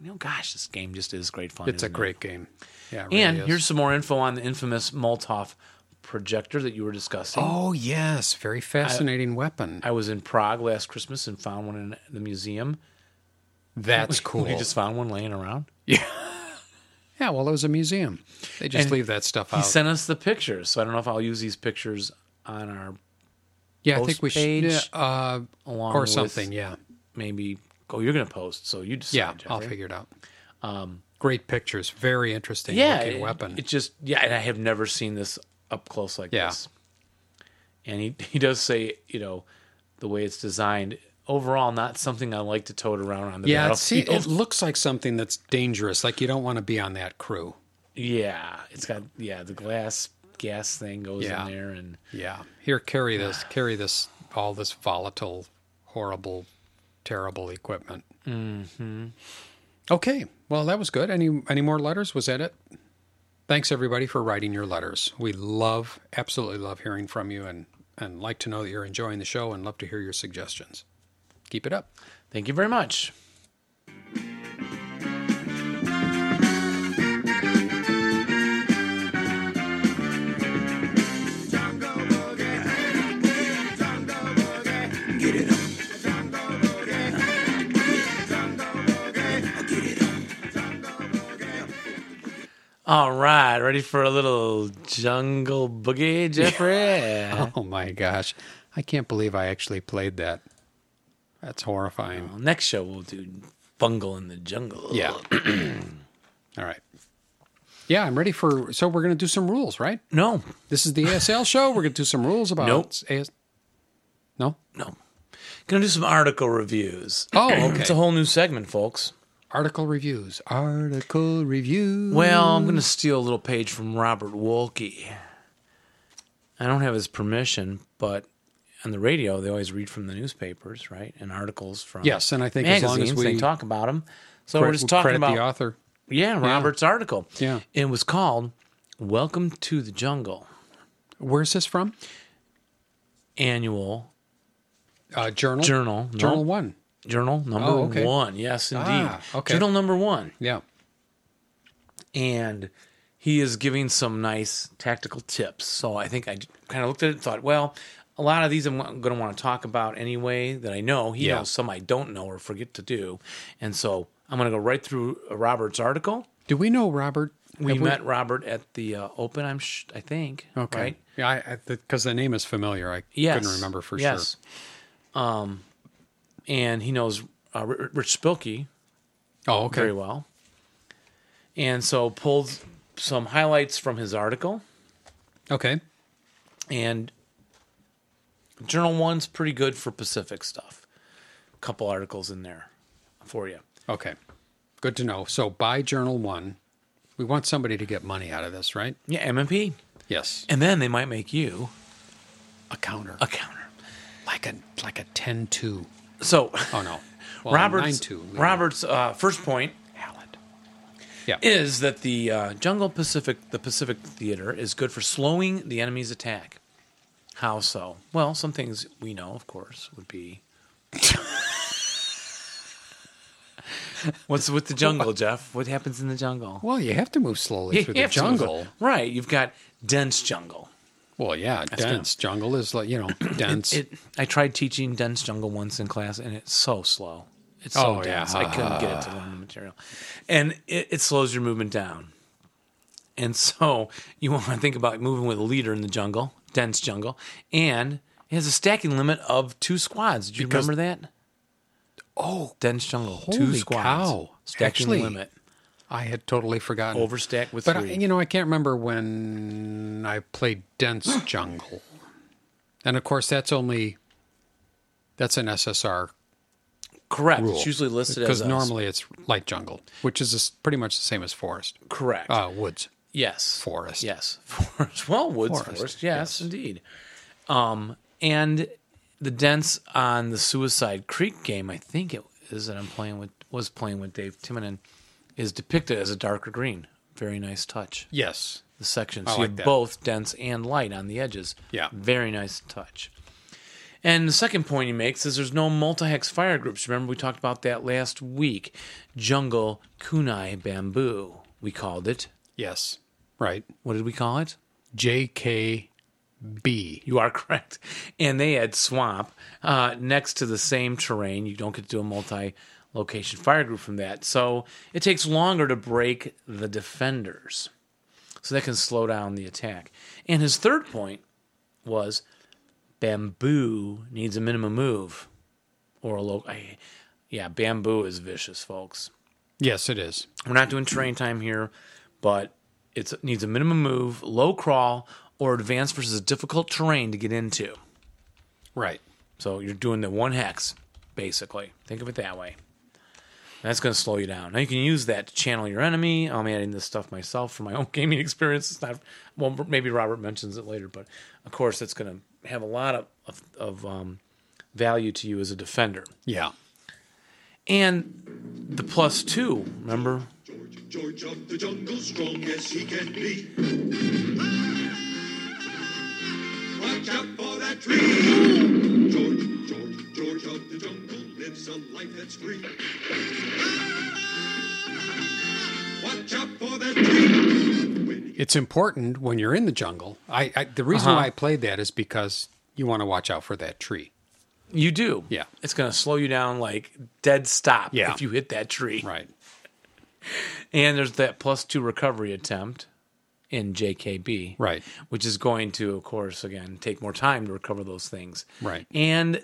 Speaker 3: You know, gosh, this game just is great fun.
Speaker 2: It's a
Speaker 3: isn't it?
Speaker 2: great game. Yeah. it really
Speaker 3: Mm-hmm. And
Speaker 2: is.
Speaker 3: here's some more info on the infamous Molotov projector that you were discussing.
Speaker 2: Oh yes, very fascinating weapon.
Speaker 3: I was in Prague last Christmas and found one in the museum.
Speaker 2: *laughs* That's cool.
Speaker 3: We just found one laying around.
Speaker 2: yeah, well, it was a museum. They just
Speaker 3: And
Speaker 2: leave that stuff
Speaker 3: He
Speaker 2: out.
Speaker 3: sent us the pictures, so I don't know if I'll use these pictures on our
Speaker 2: yeah, I think we
Speaker 3: post
Speaker 2: should
Speaker 3: page
Speaker 2: yeah, uh,
Speaker 3: along
Speaker 2: or
Speaker 3: with
Speaker 2: something. Yeah,
Speaker 3: Maybe oh, you're going to post, so you decide.
Speaker 2: yeah, I'll
Speaker 3: Jeffrey.
Speaker 2: figure it out. Great pictures, very interesting
Speaker 3: Yeah,
Speaker 2: looking
Speaker 3: it-
Speaker 2: weapon.
Speaker 3: It just yeah, and I have never seen this up close like
Speaker 2: Yeah.
Speaker 3: this. And he *laughs* he does say you know the way it's designed overall not something I like to tote around on the
Speaker 2: yeah, it, see,
Speaker 3: battlefield.
Speaker 2: it looks like something that's dangerous. Like you don't want to be on that crew.
Speaker 3: *laughs* Yeah, it's got yeah the glass gas thing goes
Speaker 2: Yeah.
Speaker 3: in there and
Speaker 2: Yeah, here, carry this, carry this, all this volatile, horrible, terrible equipment. Mm-hmm. Okay, well, that was good. Any any more letters? Was that it? Thanks everybody for writing your letters. We love, absolutely love hearing from you, and and like to know that you're enjoying the show, and love to hear your suggestions. Keep it up.
Speaker 3: thank you very much. All right, ready for a little jungle boogie, Jeffrey?
Speaker 2: *laughs* Oh my gosh, I can't believe I actually played that. That's horrifying.
Speaker 3: Well, next show we'll do Bungle in the Jungle.
Speaker 2: Yeah.
Speaker 3: *clears throat*
Speaker 2: All right. Yeah, I'm ready for. So we're going to do some rules, right?
Speaker 3: No,
Speaker 2: This is the ASL show. We're going to do some rules about.
Speaker 3: Nope.
Speaker 2: AS- no.
Speaker 3: no. Gonna do some article reviews. *clears throat*
Speaker 2: Oh, okay.
Speaker 3: It's a whole new segment, folks.
Speaker 2: Article reviews. Article reviews.
Speaker 3: Well, I'm gonna steal a little page from Robert Wolke. I don't have his permission, but on the radio they always read from the newspapers, right? And articles from
Speaker 2: Yes, and I think as long as
Speaker 3: magazines, they
Speaker 2: we-
Speaker 3: talk about them. So
Speaker 2: Cre-
Speaker 3: we're just talking
Speaker 2: credit
Speaker 3: about
Speaker 2: the author.
Speaker 3: yeah Robert's article.
Speaker 2: Yeah.
Speaker 3: it was called "Welcome to the Jungle."
Speaker 2: Where's this from?
Speaker 3: Annual
Speaker 2: Uh, journal.
Speaker 3: Journal, no.
Speaker 2: Journal one.
Speaker 3: Journal number
Speaker 2: Oh, okay.
Speaker 3: one. Yes, indeed.
Speaker 2: Ah, okay.
Speaker 3: Journal number one.
Speaker 2: Yeah.
Speaker 3: And he is giving some nice tactical tips. So I think I kind of looked at it and thought, well, a lot of these I'm going to want to talk about anyway that I know. He
Speaker 2: Yeah.
Speaker 3: knows some I don't know or forget to do. And so I'm going to go right through Robert's article.
Speaker 2: Do we know Robert
Speaker 3: We
Speaker 2: Have we-
Speaker 3: met Robert at the uh, Open. I'm sh- I think.
Speaker 2: Okay.
Speaker 3: Right?
Speaker 2: Yeah, because the name is familiar. I
Speaker 3: Yes.
Speaker 2: couldn't remember for
Speaker 3: yes. Um, and he knows uh, Ri- Rich Spilkey
Speaker 2: sure. Oh, okay.
Speaker 3: very well, and so pulled some highlights from his article.
Speaker 2: Okay.
Speaker 3: And Journal One's pretty good for Pacific stuff. A couple articles in there for you.
Speaker 2: Okay. Good to know. So buy Journal One. We want somebody to get money out of this, right?
Speaker 3: Yeah, MMP.
Speaker 2: Yes.
Speaker 3: And then they might make you
Speaker 2: A counter.
Speaker 3: a counter.
Speaker 2: like a like a 10-2.
Speaker 3: So
Speaker 2: Oh no. Well,
Speaker 3: Robert's
Speaker 2: 9-2, we know.
Speaker 3: Robert's uh, first point
Speaker 2: Allen.
Speaker 3: is that the uh, Jungle Pacific, the Pacific Theater, is good for slowing the enemy's attack. How so? Well, some things we know, of course, would be. *laughs* What's with the jungle, Jeff? What happens in the jungle?
Speaker 2: Well, you have to move slowly through
Speaker 3: You have
Speaker 2: the
Speaker 3: to move it.
Speaker 2: jungle.
Speaker 3: right? You've got dense jungle.
Speaker 2: Well, yeah, dense jungle is like you know dense.
Speaker 3: *clears throat* It. I tried teaching dense jungle once in class, and it's so slow. It's so
Speaker 2: Oh, yeah.
Speaker 3: dense. I couldn't get it to learn the material, and it, it slows your movement down. And *laughs* so you want to think about moving with a leader in the jungle, dense jungle, and it has a stacking limit of two squads. Did you
Speaker 2: Because-
Speaker 3: remember that? Oh, dense jungle, two
Speaker 2: holy
Speaker 3: squads,
Speaker 2: cow.
Speaker 3: stacking
Speaker 2: Actually-
Speaker 3: limit,
Speaker 2: I had totally forgotten.
Speaker 3: overstack with
Speaker 2: but I,
Speaker 3: three.
Speaker 2: you know, I can't remember when I played dense
Speaker 3: *gasps*
Speaker 2: jungle. And of course, that's only that's an SSR
Speaker 3: correct.
Speaker 2: rule.
Speaker 3: It's usually listed as
Speaker 2: because
Speaker 3: a-
Speaker 2: normally it's light jungle, which is as- pretty much the same as forest,
Speaker 3: correct.
Speaker 2: uh, woods.
Speaker 3: Yes.
Speaker 2: Forest.
Speaker 3: Yes. *laughs* Forest. Well, woods
Speaker 2: Forest,
Speaker 3: forest. Yes, indeed. Um, and the dents on the Suicide Creek game, I think it is that I'm playing with was playing with Dave Timonen, is depicted as a darker green. Very nice touch.
Speaker 2: Yes,
Speaker 3: The sections. you
Speaker 2: like
Speaker 3: have
Speaker 2: that.
Speaker 3: both dense and light on the edges.
Speaker 2: Yeah.
Speaker 3: Very nice touch. And the second point he makes is there's no multi-hex fire groups. Remember we talked about that last week. Jungle kunai bamboo. We called it.
Speaker 2: yes, right.
Speaker 3: What did we call it?
Speaker 2: JKB.
Speaker 3: You are *laughs* correct. And they had swamp uh, next to the same terrain. You don't get to do a multi location fire group from that. So it takes longer to break the defenders. So that can slow down the attack. And his third point was bamboo needs a minimum move or a local. Yeah, bamboo is vicious, folks.
Speaker 2: Yes, it is.
Speaker 3: We're not doing terrain time here, but it's, it needs a minimum move, low crawl, or advance versus difficult terrain to get into.
Speaker 2: Right.
Speaker 3: So you're doing the one hex, basically. Think of it that way. That's going to slow you down. Now you can use that to channel your enemy. I'm adding this stuff myself for my own *laughs* gaming experience. It's not well, maybe Robert mentions it later, but of course that's going to have a lot of of, of um, value to you as a defender.
Speaker 2: Yeah.
Speaker 3: And the plus two, remember?
Speaker 4: George, George of the jungle, strong as he can be. Ah! Watch out for that tree. George, George, George of the jungle lives a life that's free. Ah! Watch out for that tree. When he
Speaker 2: It's important when you're in the jungle. I, I the reason
Speaker 3: Uh-huh.
Speaker 2: why I played that is because you want to watch out for that tree.
Speaker 3: You do.
Speaker 2: Yeah.
Speaker 3: It's going to slow you down like dead stop
Speaker 2: Yeah.
Speaker 3: if you hit that tree.
Speaker 2: Right.
Speaker 3: And there's that plus two recovery attempt in JKB.
Speaker 2: Right.
Speaker 3: Which is going to, of course, again, take more time to recover those things.
Speaker 2: Right.
Speaker 3: And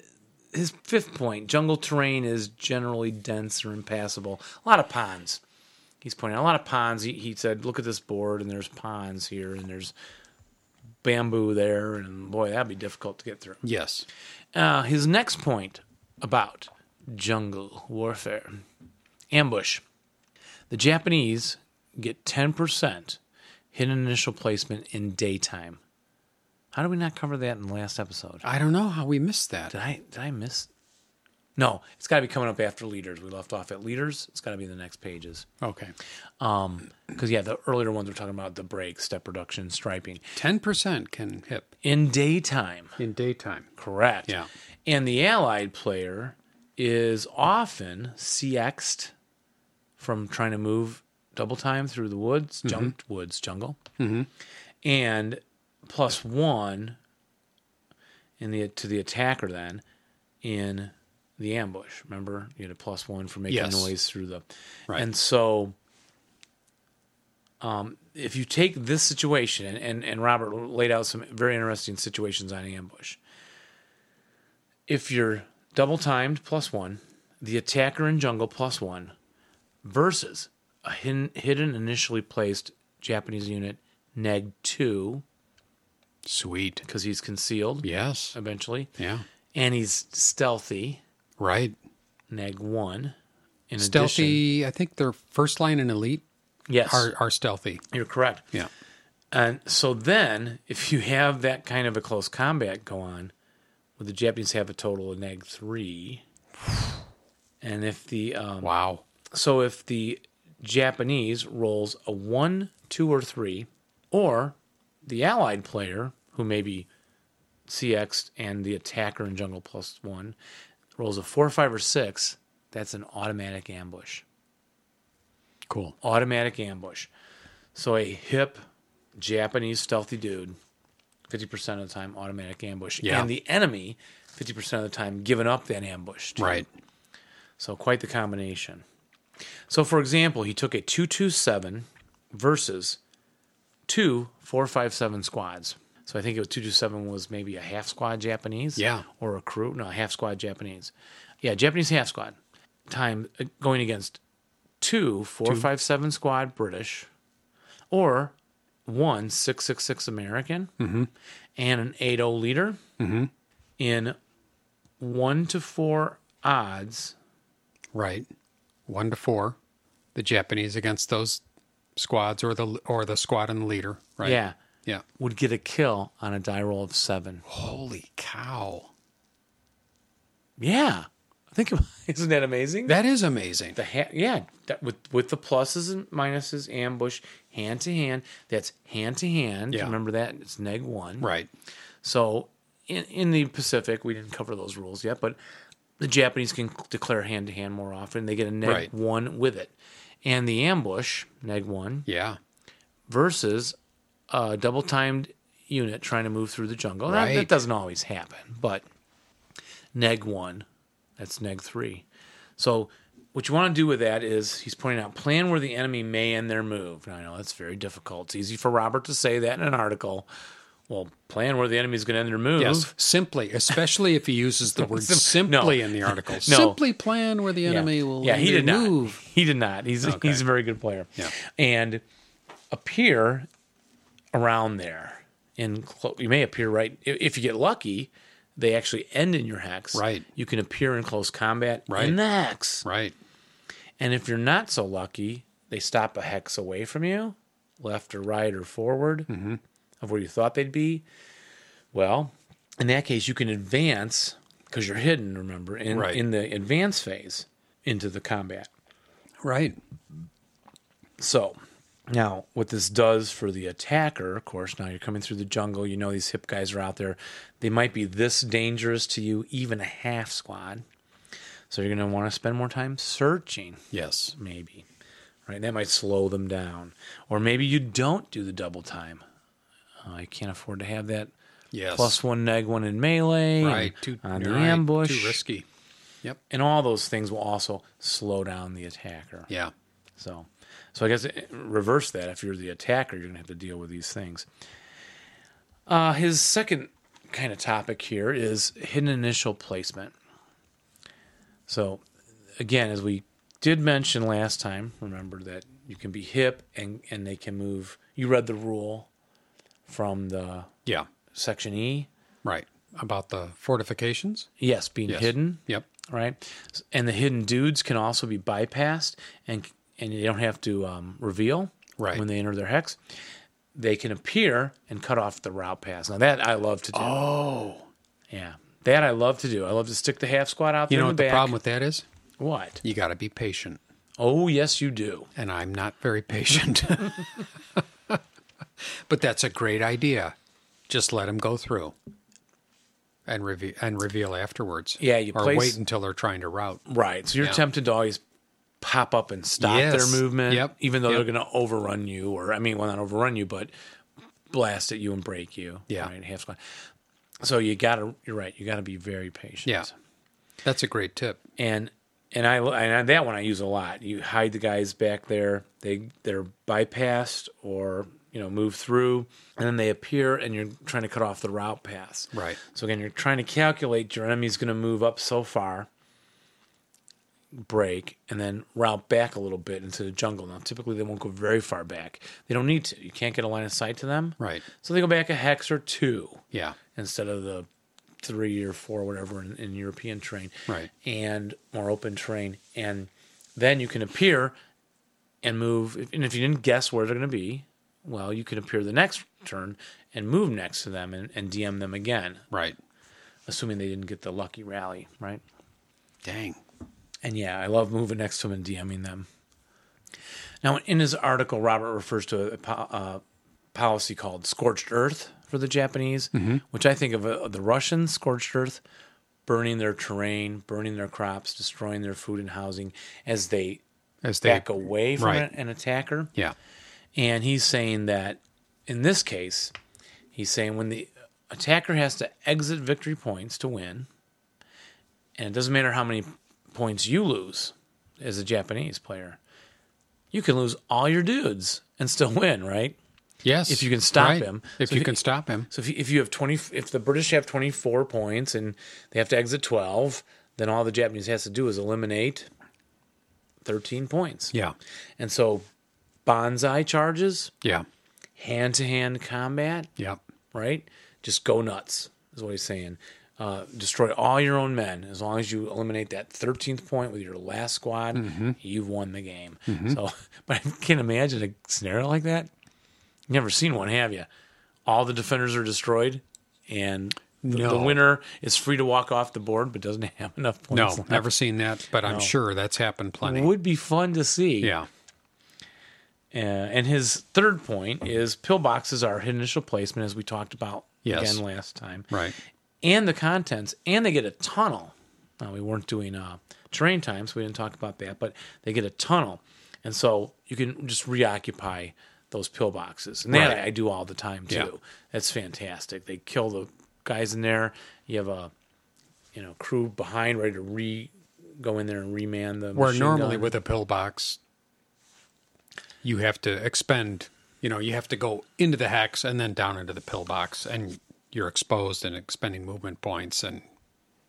Speaker 3: his fifth point jungle terrain is generally dense or impassable. A lot of ponds. He's pointing out a lot of ponds. He, he said, look at this board, and there's ponds here, and there's bamboo there, and boy, that'd be difficult to get through.
Speaker 2: Yes.
Speaker 3: Uh, his next point about jungle warfare ambush. The Japanese get 10% hidden initial placement in daytime. How did we not cover that in the last episode?
Speaker 2: I don't know how we missed that.
Speaker 3: Did I did I miss? No, it's got to be coming up after leaders. We left off at leaders. It's got to be in the next pages.
Speaker 2: Okay.
Speaker 3: Um, because yeah, the earlier ones were talking about the break, step reduction, striping
Speaker 2: Ten percent can hip
Speaker 3: in daytime.
Speaker 2: in daytime.
Speaker 3: Correct.
Speaker 2: Yeah.
Speaker 3: And the allied player is often CX'd from trying to move double time through the woods, jumped woods, jungle. Mm-hmm. And plus one in the to the attacker then in the ambush. Remember, you had a plus one for making
Speaker 2: Yes.
Speaker 3: noise through the.
Speaker 2: Right.
Speaker 3: And so um, if you take this situation, and, and, and Robert laid out some very interesting situations on ambush. If you're double timed plus one, the attacker in jungle plus one, versus a hidden, hidden initially placed Japanese unit neg two,
Speaker 2: Sweet.
Speaker 3: because he's concealed
Speaker 2: Yes.
Speaker 3: eventually,
Speaker 2: Yeah.
Speaker 3: and he's stealthy
Speaker 2: Right.
Speaker 3: neg one. In addition,
Speaker 2: Stealthy. I think their first line and elite
Speaker 3: yes,
Speaker 2: are, are stealthy.
Speaker 3: you're correct.
Speaker 2: Yeah.
Speaker 3: And so then, if you have that kind of a close combat go on, would the Japanese have a total of neg three? And if the um,
Speaker 2: Wow.
Speaker 3: so if the Japanese rolls a one, two, or three, or the allied player who may be CX and the attacker in jungle plus one rolls a four, five, or six, that's an automatic ambush
Speaker 2: Cool.
Speaker 3: automatic ambush. So a hip Japanese stealthy dude, fifty percent of the time automatic ambush,
Speaker 2: Yeah.
Speaker 3: and the enemy fifty percent of the time giving up that ambush. too.
Speaker 2: Right.
Speaker 3: So quite the combination. So for example, he took a two two seven versus two four five seven squads. So I think it was two two seven was maybe a half squad Japanese.
Speaker 2: Yeah.
Speaker 3: Or a crew. No, a half squad Japanese. Yeah, Japanese half squad. Time uh, going against two four five seven squad British or one six six six American and an eight oh leader in one to four odds
Speaker 2: Right. One to four. The Japanese against those squads or the or the squad and the leader. Right.
Speaker 3: Yeah.
Speaker 2: Yeah.
Speaker 3: Would get a kill on a die roll of seven.
Speaker 2: Holy cow.
Speaker 3: *sighs* Yeah. Think about *laughs* isn't that amazing?
Speaker 2: That is amazing.
Speaker 3: the ha- yeah, that with with the pluses and minuses, ambush, hand to hand. That's hand to hand.
Speaker 2: Yeah.
Speaker 3: Remember that? It's neg one.
Speaker 2: Right.
Speaker 3: So in, in the Pacific, we didn't cover those rules yet, but the Japanese can declare hand to hand more often. They get a neg
Speaker 2: Right.
Speaker 3: one with it. And the ambush, neg one,
Speaker 2: Yeah.
Speaker 3: versus a double timed unit trying to move through the jungle. That, that
Speaker 2: Right.
Speaker 3: doesn't always happen, but neg one, that's neg three. So what you want to do with that is he's pointing out plan where the enemy may end their move. Now I know that's very difficult. It's easy for Robert to say that in an article. Well, plan where the enemy's going to end their move.
Speaker 2: Yes. Simply, especially if he uses
Speaker 3: *laughs*
Speaker 2: the word
Speaker 3: Sim- no.
Speaker 2: simply in the article.
Speaker 3: *laughs* No.
Speaker 2: Simply plan where the enemy will
Speaker 3: yeah, he
Speaker 2: either
Speaker 3: did not.
Speaker 2: move.
Speaker 3: He did not. He's he's a very good player.
Speaker 2: Yeah.
Speaker 3: and appear around there. In clo- you may appear right i- if you get lucky. They actually end in your hex.
Speaker 2: Right.
Speaker 3: You can appear in close combat
Speaker 2: Right.
Speaker 3: in the hex.
Speaker 2: Right.
Speaker 3: And if you're not so lucky, they stop a hex away from you, left or right or forward of where you thought they'd be. Well, in that case, you can advance because you're hidden, remember, in,
Speaker 2: Right.
Speaker 3: in the advance phase into the combat.
Speaker 2: Right.
Speaker 3: So now what this does for the attacker, of course, now you're coming through the jungle, you know these hip guys are out there. They might be this dangerous to you, even a half squad. So you're gonna want to spend more time searching,
Speaker 2: Yes.
Speaker 3: maybe. Right? That might slow them down. Or maybe you don't do the double time. Uh, I can't afford to have that
Speaker 2: Yes.
Speaker 3: plus one neg one in melee and
Speaker 2: Right. Too,
Speaker 3: on the
Speaker 2: you're right.
Speaker 3: ambush.
Speaker 2: Too risky.
Speaker 3: And all those things will also slow down the attacker.
Speaker 2: Yeah.
Speaker 3: So, so I guess uh, reverse that. If you're the attacker, you're gonna have to deal with these things. Uh, his second kind of topic here is hidden initial placement. So, again, as we did mention last time, remember that you can be hip and and they can move. You read the rule from the
Speaker 2: Yeah.
Speaker 3: section E.
Speaker 2: Right. About the fortifications?
Speaker 3: Yes, being
Speaker 2: Yes.
Speaker 3: hidden.
Speaker 2: Yep.
Speaker 3: right? And the hidden dudes can also be bypassed, and and they don't have to um, reveal
Speaker 2: Right.
Speaker 3: when they enter their hex. They can appear and cut off the route pass. Now that I love to do. Oh, yeah, that I love to do. I love to stick the half squad out
Speaker 2: You
Speaker 3: there.
Speaker 2: know
Speaker 3: in
Speaker 2: what
Speaker 3: the,
Speaker 2: the
Speaker 3: back.
Speaker 2: problem with that is?
Speaker 3: What?
Speaker 2: You got to be patient.
Speaker 3: Oh, yes, you do.
Speaker 2: And I'm not very patient. *laughs* but that's a great idea. Just let them go through and, reve- and reveal afterwards.
Speaker 3: Yeah, you
Speaker 2: Or
Speaker 3: place-
Speaker 2: wait until they're trying to route.
Speaker 3: Right. So you're
Speaker 2: Yeah.
Speaker 3: tempted to always pop up and stop
Speaker 2: Yes.
Speaker 3: their movement,
Speaker 2: Yep.
Speaker 3: even though
Speaker 2: Yep.
Speaker 3: they're going to overrun you, or I mean, well, not overrun you, but blast at you and break you.
Speaker 2: Yeah.
Speaker 3: Right. Half squad. So you got to. You're right. You got to be very patient.
Speaker 2: Yeah. That's a great tip.
Speaker 3: And and I and on that one I use a lot. You hide the guys back there. They they're bypassed or you know move through, and then they appear, and you're trying to cut off the route pass.
Speaker 2: Right.
Speaker 3: So again, you're trying to calculate your enemy's going to move up so far, break, and then route back a little bit into the jungle. Now, typically they won't go very far back. They don't need to. You can't get a line of sight to them.
Speaker 2: Right.
Speaker 3: So they go back a hex or two
Speaker 2: Yeah.
Speaker 3: instead of the three or four, whatever, in, in European terrain.
Speaker 2: Right.
Speaker 3: And more open terrain. And then you can appear and move. And if you didn't guess where they're going to be, well, you can appear the next turn and move next to them and, and DM them again,
Speaker 2: Right.
Speaker 3: assuming they didn't get the lucky rally, right?
Speaker 2: Dang.
Speaker 3: And yeah, I love moving next to them and DMing them. Now, in his article, Robert refers to a, po- uh policy called scorched earth for the Japanese,
Speaker 2: Mm-hmm.
Speaker 3: which I think of uh, the Russians, scorched earth, burning their terrain, burning their crops, destroying their food and housing as they
Speaker 2: As they
Speaker 3: back away from
Speaker 2: right.
Speaker 3: an attacker.
Speaker 2: Yeah.
Speaker 3: And he's saying that in this case, he's saying when the attacker has to exit victory points to win, and it doesn't matter how many points you lose as a Japanese player, you can lose all your dudes and still *laughs* win, right?
Speaker 2: Yes.
Speaker 3: If you can stop
Speaker 2: right.
Speaker 3: him.
Speaker 2: If
Speaker 3: So
Speaker 2: you
Speaker 3: he-
Speaker 2: can stop him.
Speaker 3: So if you, if you have 20, if the British have 24 points and they have to exit 12, then all the Japanese has to do is eliminate 13 points.
Speaker 2: Yeah.
Speaker 3: And so bonsai charges,
Speaker 2: Yeah.
Speaker 3: hand to hand combat,
Speaker 2: Yeah.
Speaker 3: right? Just go nuts, is what he's saying. Uh, destroy all your own men. As long as you eliminate that 13th point with your last squad,
Speaker 2: Mm-hmm.
Speaker 3: you've won the game. So, *laughs* but I can't imagine a scenario like that. You've never seen one, have you? All the defenders are destroyed, and the, the
Speaker 2: No.
Speaker 3: winner is free to walk off the board, but doesn't *laughs* have enough points.
Speaker 2: No,
Speaker 3: left.
Speaker 2: never seen that, but I'm sure that's happened plenty.
Speaker 3: Would be fun to see.
Speaker 2: Yeah.
Speaker 3: Uh, and his third point is pillboxes are initial placement, as we talked about
Speaker 2: Yes.
Speaker 3: again last time.
Speaker 2: Right.
Speaker 3: and the contents, and they get a tunnel. Now, we weren't doing uh, terrain time, so we didn't talk about that, but they get a tunnel. And so you can just reoccupy those pillboxes. And that
Speaker 2: Right.
Speaker 3: I, I do all the time, too.
Speaker 2: Yeah.
Speaker 3: That's fantastic. They kill the guys in there. You have a you know crew behind ready to re go in there and reman the
Speaker 2: Where
Speaker 3: machine
Speaker 2: normally
Speaker 3: gun.
Speaker 2: with a pillbox, you have to expend, you know, you have to go into the hex and then down into the pillbox, and you're exposed and expending movement points and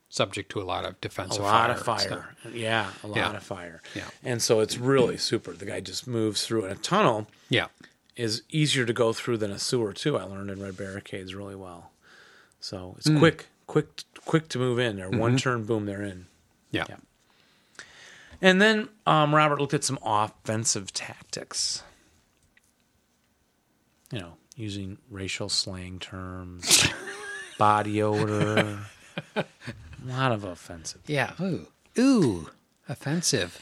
Speaker 2: subject to a lot of defensive
Speaker 3: a lot of
Speaker 2: fire
Speaker 3: fire.
Speaker 2: and
Speaker 3: Yeah, a lot
Speaker 2: Yeah.
Speaker 3: of fire.
Speaker 2: Yeah.
Speaker 3: And so it's really *clears throat* super. The guy just moves through and a tunnel
Speaker 2: stuff. Yeah.
Speaker 3: is easier to go through than a sewer too. I learned in Red Barricades really well. So it's
Speaker 2: Hmm.
Speaker 3: quick, quick, quick to move in. They're
Speaker 2: Mm-hmm.
Speaker 3: one turn, boom, they're in.
Speaker 2: Yeah.
Speaker 3: Yeah. And then um, Robert looked at some offensive tactics. You know, using racial slang
Speaker 2: *laughs*
Speaker 3: terms, body odor, a lot of offensive.
Speaker 2: Yeah. Ooh. Ooh. Offensive.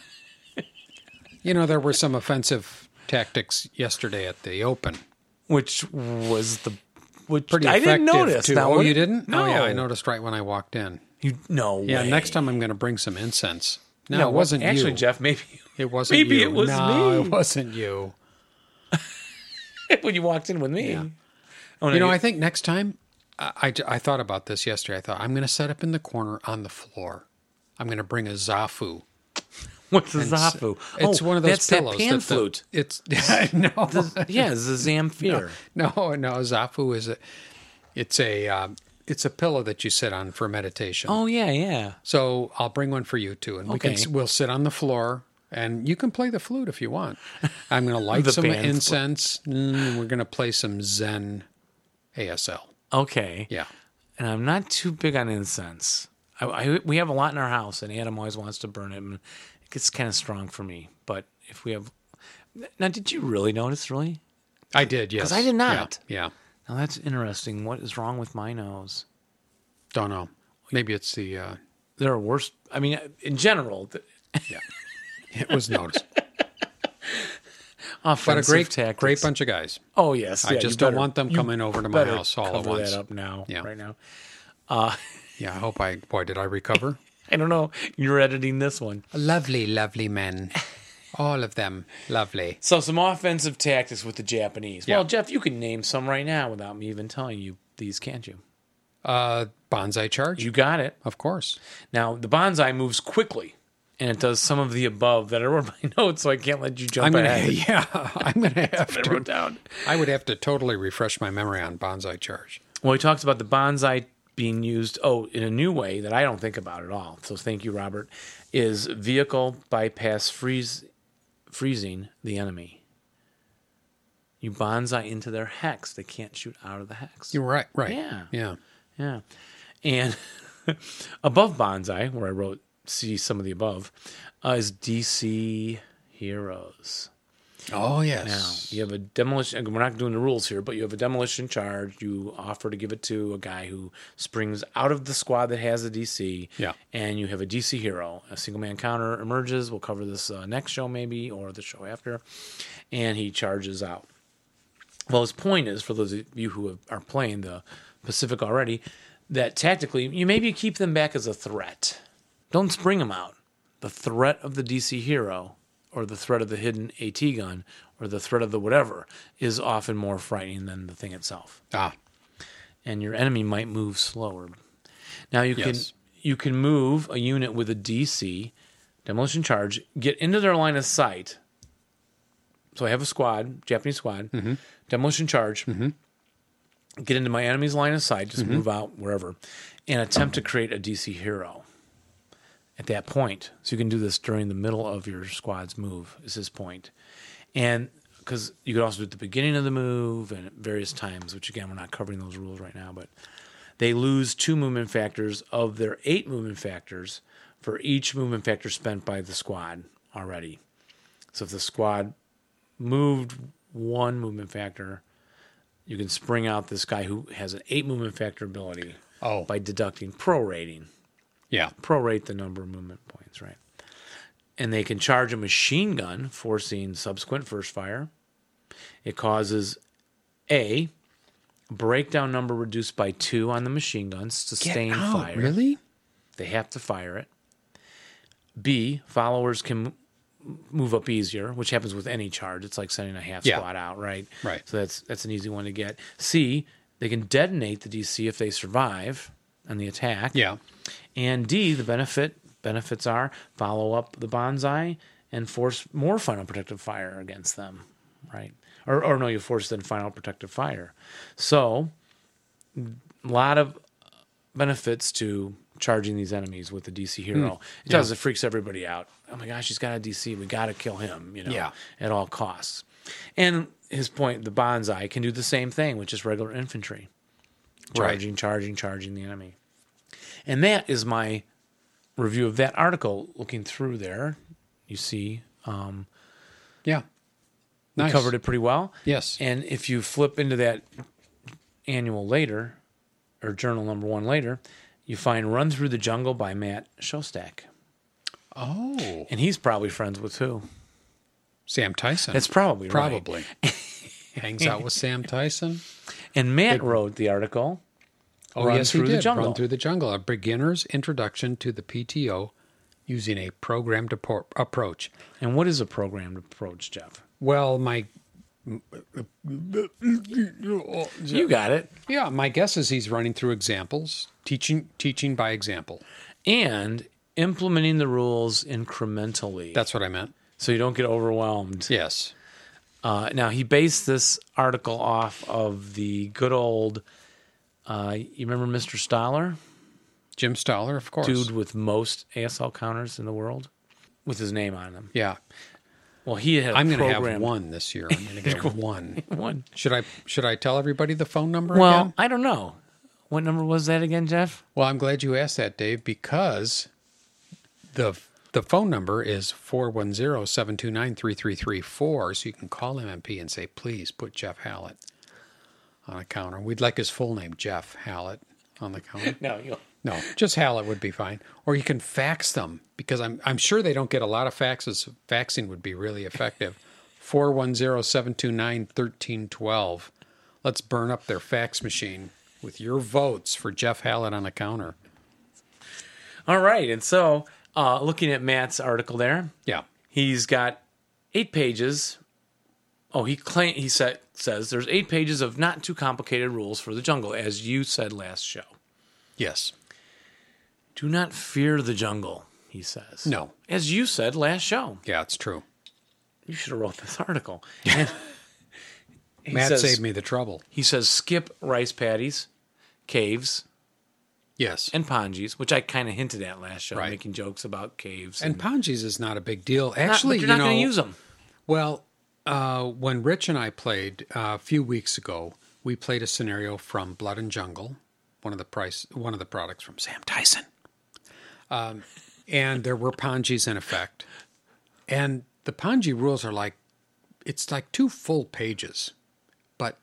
Speaker 2: *laughs* you know, there were some offensive tactics yesterday at the Open.
Speaker 3: which was the which
Speaker 2: Pretty
Speaker 3: I didn't
Speaker 2: effective
Speaker 3: notice.
Speaker 2: Too.
Speaker 3: Now,
Speaker 2: oh,
Speaker 3: what-
Speaker 2: you didn't?
Speaker 3: No,
Speaker 2: Oh, yeah. I noticed right when I walked in.
Speaker 3: You no.
Speaker 2: Yeah.
Speaker 3: way.
Speaker 2: Next time I'm going to bring some incense. No,
Speaker 3: Yeah,
Speaker 2: it
Speaker 3: what-
Speaker 2: wasn't
Speaker 3: actually
Speaker 2: you.
Speaker 3: Jeff. *laughs* Maybe
Speaker 2: It wasn't
Speaker 3: maybe
Speaker 2: you.
Speaker 3: it was
Speaker 2: no,
Speaker 3: me.
Speaker 2: it wasn't you.
Speaker 3: *laughs* when you walked in with me.
Speaker 2: Yeah.
Speaker 3: Oh, no,
Speaker 2: You know, I think next time, I, I, I thought about this yesterday. I thought, I'm going to set up in the corner on the floor. I'm going to bring a Zafu.
Speaker 3: what's a zafu?
Speaker 2: It's
Speaker 3: one
Speaker 2: one of those
Speaker 3: that's
Speaker 2: pillows.
Speaker 3: That pan
Speaker 2: that the- *laughs*
Speaker 3: flute.
Speaker 2: It's no,
Speaker 3: yeah, it's a zamfir.
Speaker 2: *laughs* no, no. Zafu is a. It's a. Um, it's a pillow that you sit on for meditation.
Speaker 3: Oh yeah, yeah.
Speaker 2: So I'll bring one for you too, and we can
Speaker 3: Okay.
Speaker 2: s- we'll sit on the floor, and you can play the flute if
Speaker 3: *laughs*
Speaker 2: you want. I'm going to light
Speaker 3: The
Speaker 2: some
Speaker 3: band flute.
Speaker 2: incense. Mm, we're going to play some Zen ASL.
Speaker 3: Okay.
Speaker 2: Yeah.
Speaker 3: And I'm not too big on incense. I, I we have a lot in our house, and Adam always wants to burn it, and it gets kind of strong for me. But if we have now, did you really notice? Really?
Speaker 2: I did, yes.
Speaker 3: 'Cause I did
Speaker 2: Yeah,
Speaker 3: not.
Speaker 2: Yeah.
Speaker 3: Now that's interesting. What is wrong with my nose?
Speaker 2: Don't know. Maybe it's the, uh,
Speaker 3: there are worse. I mean, in general, th-
Speaker 2: yeah. It
Speaker 3: *laughs*
Speaker 2: was noticeable.
Speaker 3: offensive
Speaker 2: but a great,
Speaker 3: tactics.
Speaker 2: great bunch of guys.
Speaker 3: Oh yes,
Speaker 2: I
Speaker 3: yeah, you
Speaker 2: just don't
Speaker 3: better-
Speaker 2: want them
Speaker 3: you
Speaker 2: coming over to my
Speaker 3: better
Speaker 2: house all at
Speaker 3: cover
Speaker 2: once.
Speaker 3: That up now,
Speaker 2: Yeah.
Speaker 3: right now.
Speaker 2: Yeah, I hope I, boy, did
Speaker 3: *laughs*
Speaker 2: I recover?
Speaker 3: I don't know. You're editing this one.
Speaker 2: lovely, lovely men. *laughs* All of them. Lovely.
Speaker 3: So some offensive tactics with the Japanese.
Speaker 2: Yeah.
Speaker 3: Well, Jeff, you can name some right now without me even telling you these, can't you?
Speaker 2: Uh, bonsai charge?
Speaker 3: You got it.
Speaker 2: of course.
Speaker 3: Now the bonsai moves quickly. and it does some of the above that I *laughs* wrote my notes, so I can't let you jump
Speaker 2: I'm gonna,
Speaker 3: ahead.
Speaker 2: *laughs* yeah, I'm
Speaker 3: *laughs*
Speaker 2: gonna have
Speaker 3: I wrote
Speaker 2: to.
Speaker 3: down.
Speaker 2: I would have to totally refresh my memory on bonsai charge.
Speaker 3: Well, he talks about the bonsai being used, oh, in a new way that I don't think about at all. So thank you, Robert. Is vehicle bypass freeze, freezing the enemy. You bonsai into their hex. They can't shoot out of the hex.
Speaker 2: You're right, right.
Speaker 3: Yeah.
Speaker 2: yeah.
Speaker 3: Yeah. And *laughs* above Bonsai, where I wrote see some of the above, uh, is DC Heroes.
Speaker 2: Oh
Speaker 3: Now,
Speaker 2: yes.
Speaker 3: you have a demolition, and we're not doing the rules here, but you have a demolition charge. You offer to give it to a guy who springs out of the squad that has a DC.
Speaker 2: Yeah.
Speaker 3: And you have a DC hero. A single man counter emerges. We'll cover this uh, next show, maybe, or the show after. And he charges out. Well, his point is for those of you who have, are playing the Pacific already, that tactically, you maybe keep them back as a threat. Don't spring them out. The threat of the DC hero, or the threat of the hidden AT gun, or the threat of the whatever, is often more frightening than the thing itself.
Speaker 2: Ah,
Speaker 3: And your enemy might move slower. Now you
Speaker 2: Yes.
Speaker 3: can you can move a unit with a DC demolition charge, get into their line of sight. So I have a squad, Japanese squad, demolition charge. Get into my enemy's line of sight, just move out wherever, and attempt to create a DC hero at that point. So you can do this during the middle of your squad's move, is his point. And because you could also do it at the beginning of the move and at various times, which again, we're not covering those rules right now, but they lose two movement factors of their eight movement factors for each movement factor spent by the squad already. So if the squad moved one movement factor, you can spring out this guy who has an eight movement factor ability
Speaker 2: Oh.
Speaker 3: by deducting prorating
Speaker 2: yeah.
Speaker 3: prorate the number of movement points, right? And they can charge a machine gun, forcing subsequent first fire. It causes A, breakdown number reduced by two on the machine gun, sustained fire.
Speaker 2: Really?
Speaker 3: They have to fire it. B, followers can m- move up easier, which happens with any charge. It's like sending a half
Speaker 2: Yeah.
Speaker 3: squad out, right?
Speaker 2: Right.
Speaker 3: So that's that's an easy one to get. C, they can detonate the DC if they survive on the attack.
Speaker 2: Yeah.
Speaker 3: And D, the benefit benefits are follow up the bonsai and force more final protective fire against them, right? Or, or no, you force then final protective fire. So, a lot of benefits to charging these enemies with the DC hero. It does it freaks everybody out. Oh my gosh, he's got a DC. We got to kill him. You know,
Speaker 2: Yeah.
Speaker 3: at all costs. And his point, the bonsai can do the same thing with just regular infantry,
Speaker 2: Right.
Speaker 3: charging, charging, charging the enemy. And that is my review of that article. Looking through there, you see um,
Speaker 2: Yeah.
Speaker 3: we covered it pretty well.
Speaker 2: Yes.
Speaker 3: And if you flip into that annual later, or journal number one later, you find Run Through the Jungle by Matt Shostak.
Speaker 2: Oh,
Speaker 3: And he's probably friends with who?
Speaker 2: Sam Tyson.
Speaker 3: That's probably right. *laughs*
Speaker 2: probably hangs out with Sam Tyson.
Speaker 3: And Matt wrote the article.
Speaker 2: Oh,
Speaker 3: Run
Speaker 2: yes,
Speaker 3: Through
Speaker 2: he
Speaker 3: the
Speaker 2: did.
Speaker 3: Jungle.
Speaker 2: Run through the jungle. A beginner's introduction to the PTO using a programmed appro- approach.
Speaker 3: And what is a programmed approach, Jeff?
Speaker 2: Well, my
Speaker 3: You got it.
Speaker 2: yeah, my guess is he's running through examples, teaching teaching by example.
Speaker 3: And implementing the rules incrementally.
Speaker 2: That's what I meant.
Speaker 3: so you don't get overwhelmed.
Speaker 2: Yes.
Speaker 3: Uh, now he based this article off of the good old. Uh, you remember Mr. Stoller,
Speaker 2: Jim Stoller, of course.
Speaker 3: dude with most ASL counters in the world, with his name on them.
Speaker 2: Yeah.
Speaker 3: Well, he had. i
Speaker 2: I'm going to have one this year. I'm going
Speaker 3: *laughs*
Speaker 2: to get one.
Speaker 3: One.
Speaker 2: Should I should I tell everybody the phone number
Speaker 3: Well,
Speaker 2: again?
Speaker 3: I don't know. What number was that again, Jeff?
Speaker 2: Well, I'm glad you asked that, Dave, because the the phone number is 410-729-3334, so you can call MMP and say, please put Jeff Hallett on a counter. We'd like his full name, Jeff Hallett, on the counter.
Speaker 3: No, you.
Speaker 2: No, just Hallett would be fine. Or you can fax them because I'm I'm sure they don't get a lot of faxes. Faxing would be really
Speaker 3: *laughs*
Speaker 2: effective. 410-729-1312. Let's burn up their fax machine with your votes for Jeff Hallett on the counter.
Speaker 3: All right, and so uh, looking at Matt's article there,
Speaker 2: Yeah.
Speaker 3: He's got eight pages. Oh, he claim he said says there's eight pages of not too complicated rules for the jungle, as you said last show.
Speaker 2: Yes.
Speaker 3: Do not fear the jungle. he says.
Speaker 2: No.
Speaker 3: As you said last show,
Speaker 2: Yeah, it's true.
Speaker 3: you should have wrote this article. And he
Speaker 2: *laughs* Matt
Speaker 3: says,
Speaker 2: saved me the trouble.
Speaker 3: He says, skip rice patties, caves,
Speaker 2: Yes.
Speaker 3: and pongies, which I kind of hinted at last show,
Speaker 2: Right.
Speaker 3: making jokes about caves.
Speaker 2: And Ponzi's is not a big deal.
Speaker 3: Not- but
Speaker 2: Actually,
Speaker 3: you're
Speaker 2: you
Speaker 3: not
Speaker 2: know,
Speaker 3: going to use them.
Speaker 2: well, uh, when Rich and I played uh, a few weeks ago, we played a scenario from Blood and Jungle, one of the price, one of the products from Sam Tyson, um, and there were Ponzi's in effect, and the Ponzi rules are like, it's like two full pages, but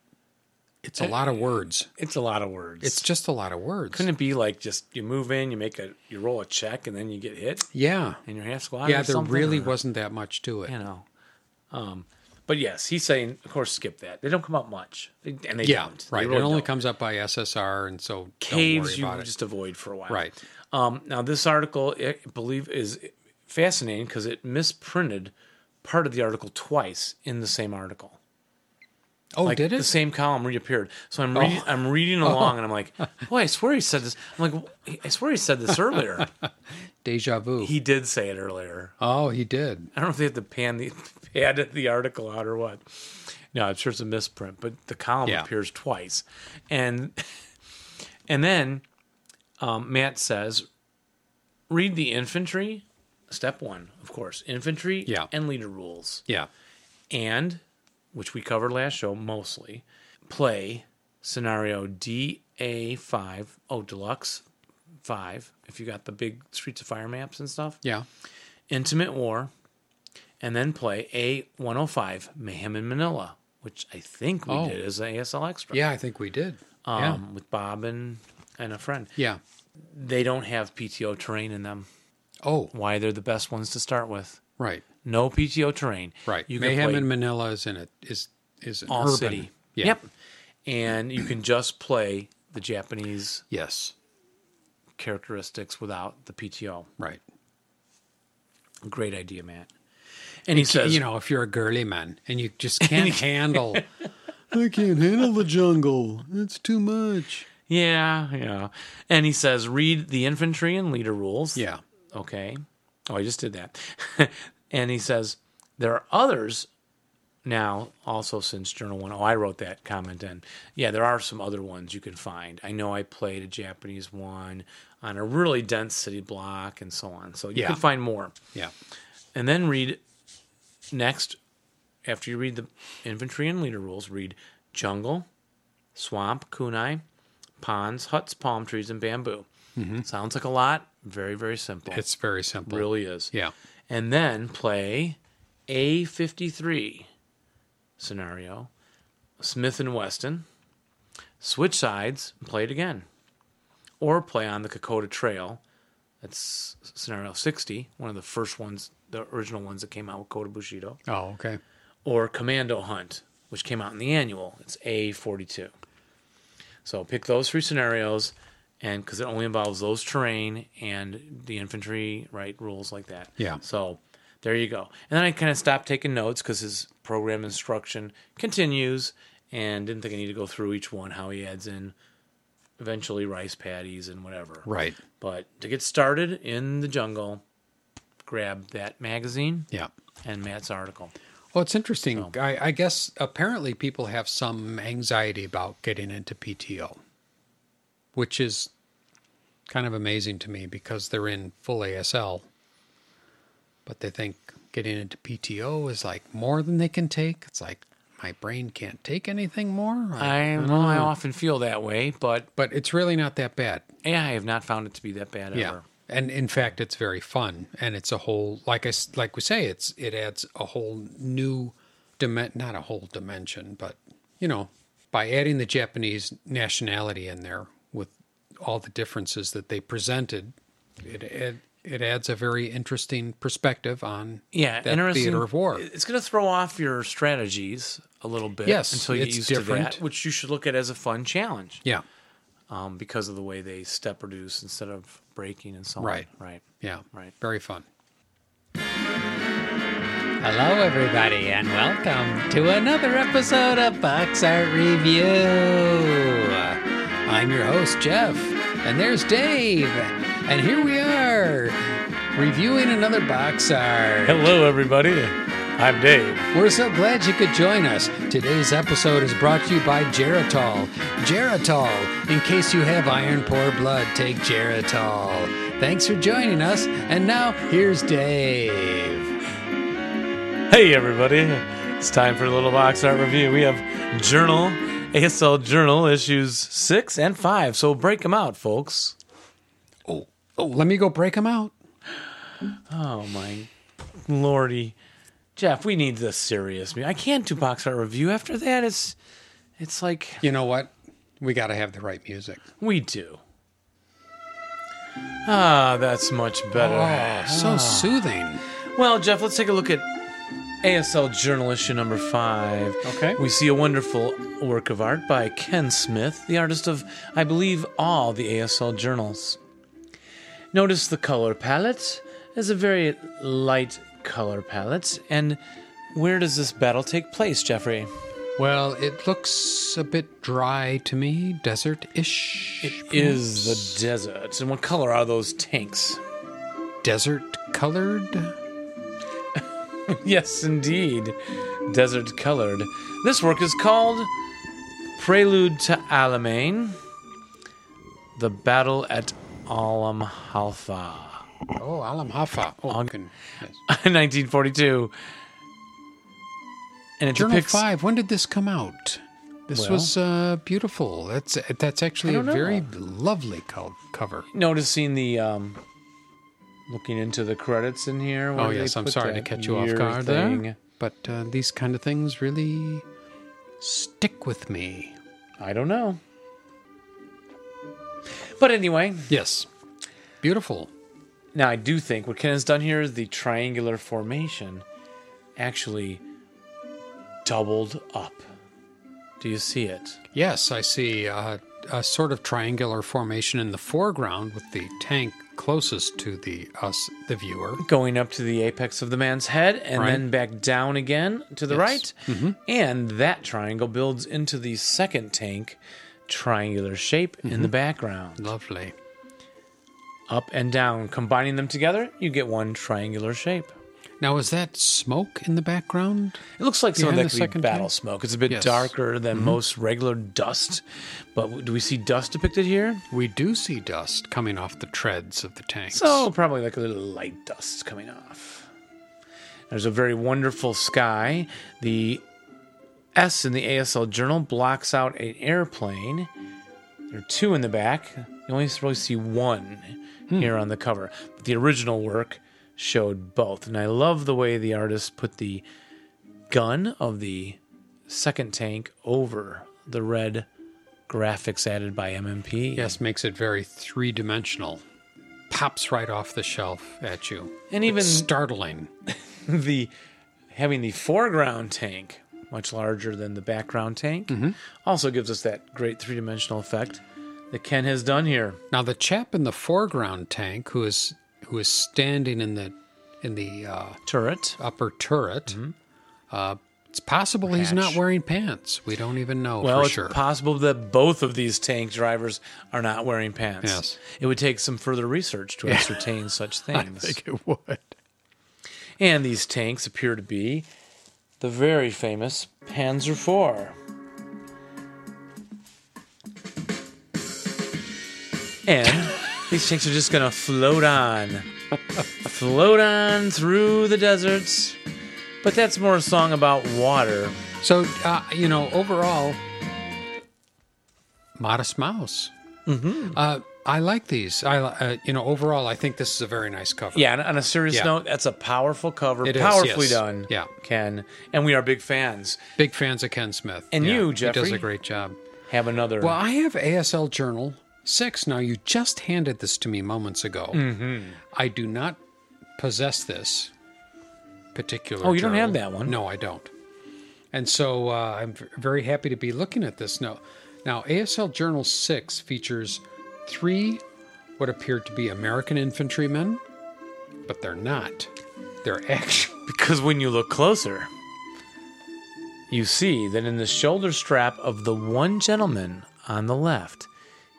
Speaker 2: it's a lot of words.
Speaker 3: It's a lot of words.
Speaker 2: It's just a lot of words.
Speaker 3: Eh, Couldn't it be like just you move in, you make a, you roll a check, and then you get hit,
Speaker 2: yeah,
Speaker 3: and you're half squad.
Speaker 2: yeah.
Speaker 3: or
Speaker 2: There
Speaker 3: something,
Speaker 2: really
Speaker 3: or-
Speaker 2: wasn't that much to it.
Speaker 3: you know. Um, but yes, he's saying, of course, skip that. They don't come up much, They- and they
Speaker 2: Yeah,
Speaker 3: don't. They
Speaker 2: right.
Speaker 3: really
Speaker 2: it only
Speaker 3: don't.
Speaker 2: comes up by SSR, and so
Speaker 3: caves.
Speaker 2: don't
Speaker 3: You
Speaker 2: worry about it.
Speaker 3: just avoid for a while,
Speaker 2: Right.
Speaker 3: Um, now this article, I believe, is fascinating because it misprinted part of the article twice in the same article.
Speaker 2: Oh,
Speaker 3: Like
Speaker 2: did
Speaker 3: the
Speaker 2: it? Oh.
Speaker 3: same column reappeared. So I'm reading, I'm
Speaker 2: *laughs*
Speaker 3: reading along, and I'm like, boy, I swear he said this. I'm like, "Wh- I swear he said this
Speaker 2: *laughs*
Speaker 3: earlier.
Speaker 2: Deja vu.
Speaker 3: he did say it earlier.
Speaker 2: oh, he did.
Speaker 3: I don't know if they had to pan the *laughs* pad the article out or what. No, I'm sure it's a misprint, but the column
Speaker 2: Yeah.
Speaker 3: appears twice, and and then um, Matt says, "Read the infantry, step one, of course, infantry
Speaker 2: Yeah.
Speaker 3: and leader rules,
Speaker 2: Yeah.
Speaker 3: and which we covered last show mostly. Play scenario DA five, oh deluxe five. If you got the big Streets of Fire maps and stuff,
Speaker 2: Yeah.
Speaker 3: Intimate War, and then play A105 Mayhem in Manila, which I think we
Speaker 2: Oh.
Speaker 3: did as an ASL extra.
Speaker 2: Yeah, I think we did.
Speaker 3: Um,
Speaker 2: yeah.
Speaker 3: With Bob and, and a friend.
Speaker 2: Yeah.
Speaker 3: They don't have PTO terrain in them.
Speaker 2: Oh,
Speaker 3: Why they're the best ones to start with.
Speaker 2: right.
Speaker 3: No PTO terrain.
Speaker 2: Right.
Speaker 3: You can
Speaker 2: Mayhem
Speaker 3: play
Speaker 2: in Manila is in it is is an
Speaker 3: all
Speaker 2: urban.
Speaker 3: city.
Speaker 2: Yeah.
Speaker 3: Yep. And you can just play the Japanese
Speaker 2: Yes.
Speaker 3: characteristics without the PTO.
Speaker 2: Right.
Speaker 3: Great idea, Matt. And he says,
Speaker 2: You know, if you're a girly man and you
Speaker 3: *laughs*
Speaker 2: just can't handle I can't handle the jungle. It's too much.
Speaker 3: Yeah, yeah. And he says, read the infantry and leader rules.
Speaker 2: Yeah.
Speaker 3: Okay. Oh, I just did that. *laughs* and he says, there are others now, also since Journal One. Oh, I wrote that comment in. Yeah, there are some other ones you can find. I know I played a Japanese one on a really dense city block and so on. So you
Speaker 2: Yeah.
Speaker 3: can find more.
Speaker 2: Yeah.
Speaker 3: And then read next, after you read the infantry and leader rules, read jungle, swamp, kunai, ponds, huts, palm trees, and bamboo. Sounds like a lot. Very, very simple. It
Speaker 2: Mm-hmm. It's very simple.
Speaker 3: really is.
Speaker 2: Yeah.
Speaker 3: And then play A53 scenario, Smith and Weston, switch sides, and play it again. Or play on the Kokoda Trail. That's scenario 60, one of the first ones, the original ones that came out with Kota Bushido.
Speaker 2: Oh, okay.
Speaker 3: Or Commando Hunt, which came out in the annual. It's A42. So pick those three scenarios, and because it only involves those terrain and the infantry, right? Rules like that.
Speaker 2: Yeah.
Speaker 3: So there you go. And then I kind of stopped taking notes because his program instruction continues, and didn't think I need to go through each one how he adds in eventually rice patties and whatever.
Speaker 2: Right.
Speaker 3: But to get started in the jungle, grab that magazine
Speaker 2: Yeah.
Speaker 3: and Matt's article.
Speaker 2: Well, it's interesting. I, I guess apparently people have some anxiety about getting into PTO, which is kind of amazing to me because they're in full ASL, but they think getting into PTO is like more than they can take. It's like my brain can't take anything more. I-
Speaker 3: I well, I often feel that way, but
Speaker 2: but it's really not that bad.
Speaker 3: yeah, I have not found it to be that bad
Speaker 2: Yeah.
Speaker 3: ever.
Speaker 2: And in fact, it's very fun, and it's a whole like I s- like we say, it's it adds a whole new dimension, not a whole dimension, but you know, by adding the Japanese nationality in there with all the differences that they presented, it it, it adds a very interesting perspective on
Speaker 3: yeah,
Speaker 2: that
Speaker 3: interesting.
Speaker 2: theater of war.
Speaker 3: It's going to throw off your strategies a little bit
Speaker 2: Yes,
Speaker 3: until you get
Speaker 2: it's
Speaker 3: used
Speaker 2: different.
Speaker 3: to that, which you should look at as a fun challenge
Speaker 2: Yeah,
Speaker 3: um, because of the way they step reduce instead of breaking and so
Speaker 2: Right.
Speaker 3: on. Right.
Speaker 2: yeah,
Speaker 3: Right.
Speaker 2: very fun. Hello, everybody, and welcome to another episode of Box Art Review. I'm your host, Jeff, and there's Dave, and here we are reviewing another box art.
Speaker 3: Hello, everybody. I'm Dave.
Speaker 2: We're so glad you could join us. Today's episode is brought to you by Geritol. Geritol. In case you have iron poor blood, take Geritol. Thanks for joining us. And now here's Dave.
Speaker 3: Hey, everybody. It's time for a little box art review. We have Journal, ASL Journal issues six and five. So break them out, folks.
Speaker 2: Oh, oh, let me go break him out.
Speaker 3: Oh, my lordy. Jeff, we need the serious. mu- I can't do box art review after that. It's, it's like
Speaker 2: You know what? We got to have the right music.
Speaker 3: we do. Ah, that's much better.
Speaker 2: Oh,
Speaker 3: Ah.
Speaker 2: so soothing.
Speaker 3: Well, Jeff, let's take a look at ASL Journal issue number five.
Speaker 2: Okay.
Speaker 3: We see a wonderful work of art by Ken Smith, the artist of, I believe, all the ASL journals. Notice the color palette is a very light color palette. And where does this battle take place, Jeffrey?
Speaker 2: Well, it looks a bit dry to me, desert ish.
Speaker 3: Is the desert. And what color are those tanks?
Speaker 2: desert colored?
Speaker 3: Yes, indeed. Desert colored. This work is called Prelude to Alamein The Battle at Alam Halfa, *laughs*
Speaker 2: Oh, Alam Hafa. Oh, can- yes.
Speaker 3: 1942. And it
Speaker 2: Journal
Speaker 3: depicts.
Speaker 2: Five. When did this come out? This
Speaker 3: Well-
Speaker 2: was uh, beautiful. That's that's actually
Speaker 3: I
Speaker 2: a
Speaker 3: don't know.
Speaker 2: very lovely col- cover.
Speaker 3: Noticing the. Um, looking into the credits in here. where
Speaker 2: oh
Speaker 3: they
Speaker 2: yes, I'm
Speaker 3: put
Speaker 2: sorry to
Speaker 3: that
Speaker 2: catch you off
Speaker 3: year
Speaker 2: guard
Speaker 3: thing.
Speaker 2: there, but uh, these kind of things really stick with me.
Speaker 3: I don't know. But anyway,
Speaker 2: Yes, beautiful.
Speaker 3: Now, I do think what Ken has done here is the triangular formation actually doubled up. Do you see it?
Speaker 2: Yes, I see uh, a sort of triangular formation in the foreground with the tank closest to the us, the viewer.
Speaker 3: Going up to the apex of the man's head and
Speaker 2: Right.
Speaker 3: then back down again to the
Speaker 2: Yes. Mm-hmm.
Speaker 3: right. And that triangle builds into the second tank triangular shape in
Speaker 2: Mm-hmm.
Speaker 3: the background.
Speaker 2: Lovely.
Speaker 3: Up and down, combining them together, you get one triangular shape.
Speaker 2: Now, is that smoke in the background?
Speaker 3: It looks like some of
Speaker 2: Behind
Speaker 3: that
Speaker 2: the
Speaker 3: could be
Speaker 2: second
Speaker 3: battle
Speaker 2: tank?
Speaker 3: smoke. It's a bit
Speaker 2: Yes. Mm-hmm.
Speaker 3: darker than most regular dust. But do we see dust depicted here?
Speaker 2: We do see dust coming off the treads of the tanks.
Speaker 3: So probably like a little light dust coming off. There's a very wonderful sky. The S in the ASL journal blocks out an airplane. There are two in the back. You only really see one here on the cover. But the original work showed both. And I love the way the artist put the gun of the second tank over the red graphics added by MMP.
Speaker 2: yes, makes it very three dimensional. Pops right off the shelf at you.
Speaker 3: And
Speaker 2: It's
Speaker 3: even-
Speaker 2: startling.
Speaker 3: the having the foreground tank much larger than the background tank
Speaker 2: Mm-hmm.
Speaker 3: also gives us that great three-dimensional effect that Ken has done here.
Speaker 2: Now the chap in the foreground tank who is who is standing in the in the uh,
Speaker 3: Turret.
Speaker 2: upper turret.
Speaker 3: Mm-hmm.
Speaker 2: Uh, it's possible he's not
Speaker 3: Hatch.
Speaker 2: wearing pants. We don't even know
Speaker 3: Well,
Speaker 2: Oh, for
Speaker 3: it's
Speaker 2: sure. *laughs*
Speaker 3: possible that both of these tank drivers are not wearing pants.
Speaker 2: Yes.
Speaker 3: It would take some further research to ascertain
Speaker 2: *laughs*
Speaker 3: such things.
Speaker 2: it would.
Speaker 3: And these tanks appear to be the very famous Panzer IV.
Speaker 2: *laughs*
Speaker 3: And these tanks are just gonna float on, float on through the deserts. But that's more a song about water.
Speaker 2: So uh, you know, overall, modest mouse. Mm-hmm. Uh, I like these. I li- uh, you know, overall, I think this is a very nice cover.
Speaker 3: Yeah. and On a serious
Speaker 2: Yeah.
Speaker 3: note, that's a powerful cover,
Speaker 2: It is,
Speaker 3: powerfully
Speaker 2: yes.
Speaker 3: done.
Speaker 2: Yeah.
Speaker 3: Ken, and we are big fans.
Speaker 2: Big fans of Ken Smith.
Speaker 3: And
Speaker 2: Yeah,
Speaker 3: you,
Speaker 2: He does
Speaker 3: Jeffrey?
Speaker 2: a great job.
Speaker 3: Have another.
Speaker 2: Well, I have ASL Journal 6. Now, you just handed this to me moments ago.
Speaker 3: Mm-hmm.
Speaker 2: I do not possess this particular
Speaker 3: Oh, you don't
Speaker 2: journal.
Speaker 3: have that one?
Speaker 2: No, I don't. And so uh, I'm v- very happy to be looking at this now. Now, ASL Journal 6 features three what appear to be American infantrymen, but they're not. They're actually.
Speaker 3: Because when you look closer, you see that in the shoulder strap of the one gentleman on the left,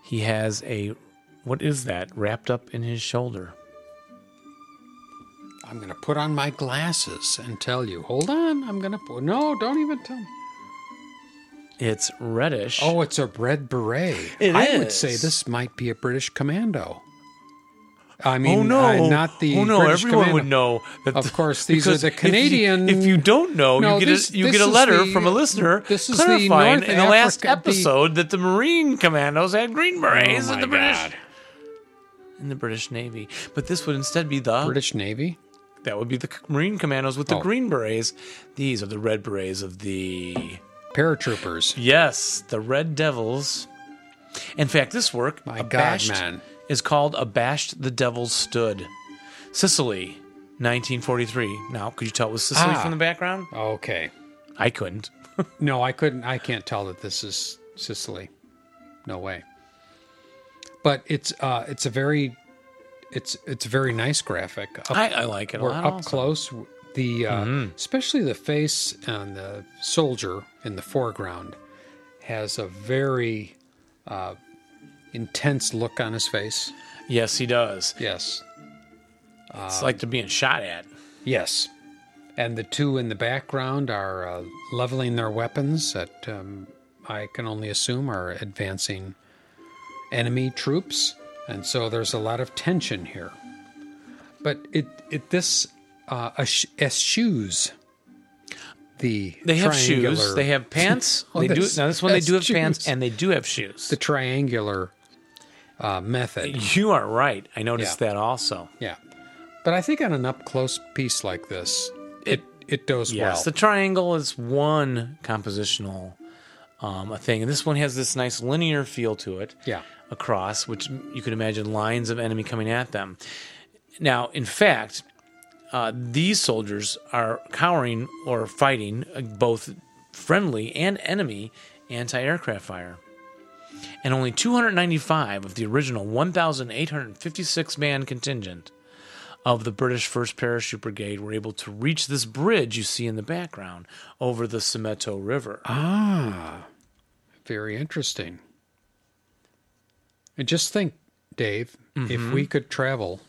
Speaker 3: he has a what is that wrapped up in his shoulder?
Speaker 2: *laughs* I'm going to put on my glasses and tell you. Hold on. I'm going to put. No, don't even tell me.
Speaker 3: It's reddish.
Speaker 2: Oh, it's a red beret.
Speaker 3: It
Speaker 2: I would say
Speaker 3: is.
Speaker 2: this might be a British commando. I mean,
Speaker 3: oh no!
Speaker 2: uh, not the.
Speaker 3: oh no!
Speaker 2: British
Speaker 3: everyone
Speaker 2: commando.
Speaker 3: would know. That
Speaker 2: Of course, these are
Speaker 3: because
Speaker 2: the
Speaker 3: if you-
Speaker 2: Canadian-
Speaker 3: If you, don't know,
Speaker 2: No,
Speaker 3: you get
Speaker 2: this-
Speaker 3: a, you
Speaker 2: this
Speaker 3: get a
Speaker 2: is
Speaker 3: letter
Speaker 2: the-
Speaker 3: from a listener
Speaker 2: this is the
Speaker 3: clarifying
Speaker 2: North
Speaker 3: in the last
Speaker 2: Africa- the-
Speaker 3: episode that the Marine Commandos had green berets
Speaker 2: Oh,
Speaker 3: in
Speaker 2: my
Speaker 3: the British
Speaker 2: God.
Speaker 3: in the British Navy. But this would instead be the
Speaker 2: British Navy.
Speaker 3: that would be the Marine Commandos with the
Speaker 2: Oh.
Speaker 3: green berets. These are the red berets of the
Speaker 2: Paratroopers.
Speaker 3: yes, the Red Devils. In fact, this work
Speaker 2: My
Speaker 3: abashed,
Speaker 2: God, man.
Speaker 3: is called Abashed the Devil Stood. Sicily, 1943. Now, could you tell it was Sicily
Speaker 2: Ah.
Speaker 3: from the background?
Speaker 2: Okay.
Speaker 3: I couldn't.
Speaker 2: No, I couldn't. I can't tell that this is Sicily. No way. But it's uh, it's a very it's it's a very nice graphic. Up,
Speaker 3: I, I like it a
Speaker 2: we're
Speaker 3: lot.
Speaker 2: up
Speaker 3: also.
Speaker 2: close. The uh, especially the face and the soldier in the foreground has a very uh, intense look on his face.
Speaker 3: Yes, he does.
Speaker 2: Yes, Uh,
Speaker 3: It's like they're being shot at.
Speaker 2: yes. And the two in the background are uh, leveling their weapons that um, I can only assume are advancing enemy troops, and so there's a lot of tension here. But it it this uh, esch- eschews the
Speaker 3: They have
Speaker 2: triangular,
Speaker 3: shoes. They
Speaker 2: *laughs*
Speaker 3: have pants.
Speaker 2: Oh,
Speaker 3: they do.
Speaker 2: this-
Speaker 3: Now this one, they
Speaker 2: that's
Speaker 3: do have pants,
Speaker 2: shoes.
Speaker 3: and they do have shoes.
Speaker 2: the triangular uh, method.
Speaker 3: you are right. I noticed
Speaker 2: Yeah.
Speaker 3: that also.
Speaker 2: Yeah, but I think on an up close piece like this, it it does
Speaker 3: Yes,
Speaker 2: well.
Speaker 3: the triangle is one compositional um, a thing, and this one has this nice linear feel to it.
Speaker 2: Yeah.
Speaker 3: across which you could imagine lines of enemy coming at them. Now, in fact, uh, these soldiers are cowering or fighting uh, both friendly and enemy anti-aircraft fire. And only 295 of the original 1,856 man contingent of the British 1st Parachute Brigade were able to reach this bridge you see in the background over the Simeto River.
Speaker 2: Ah, very interesting. And just think, Dave, if
Speaker 3: Mm-hmm.
Speaker 2: we could travel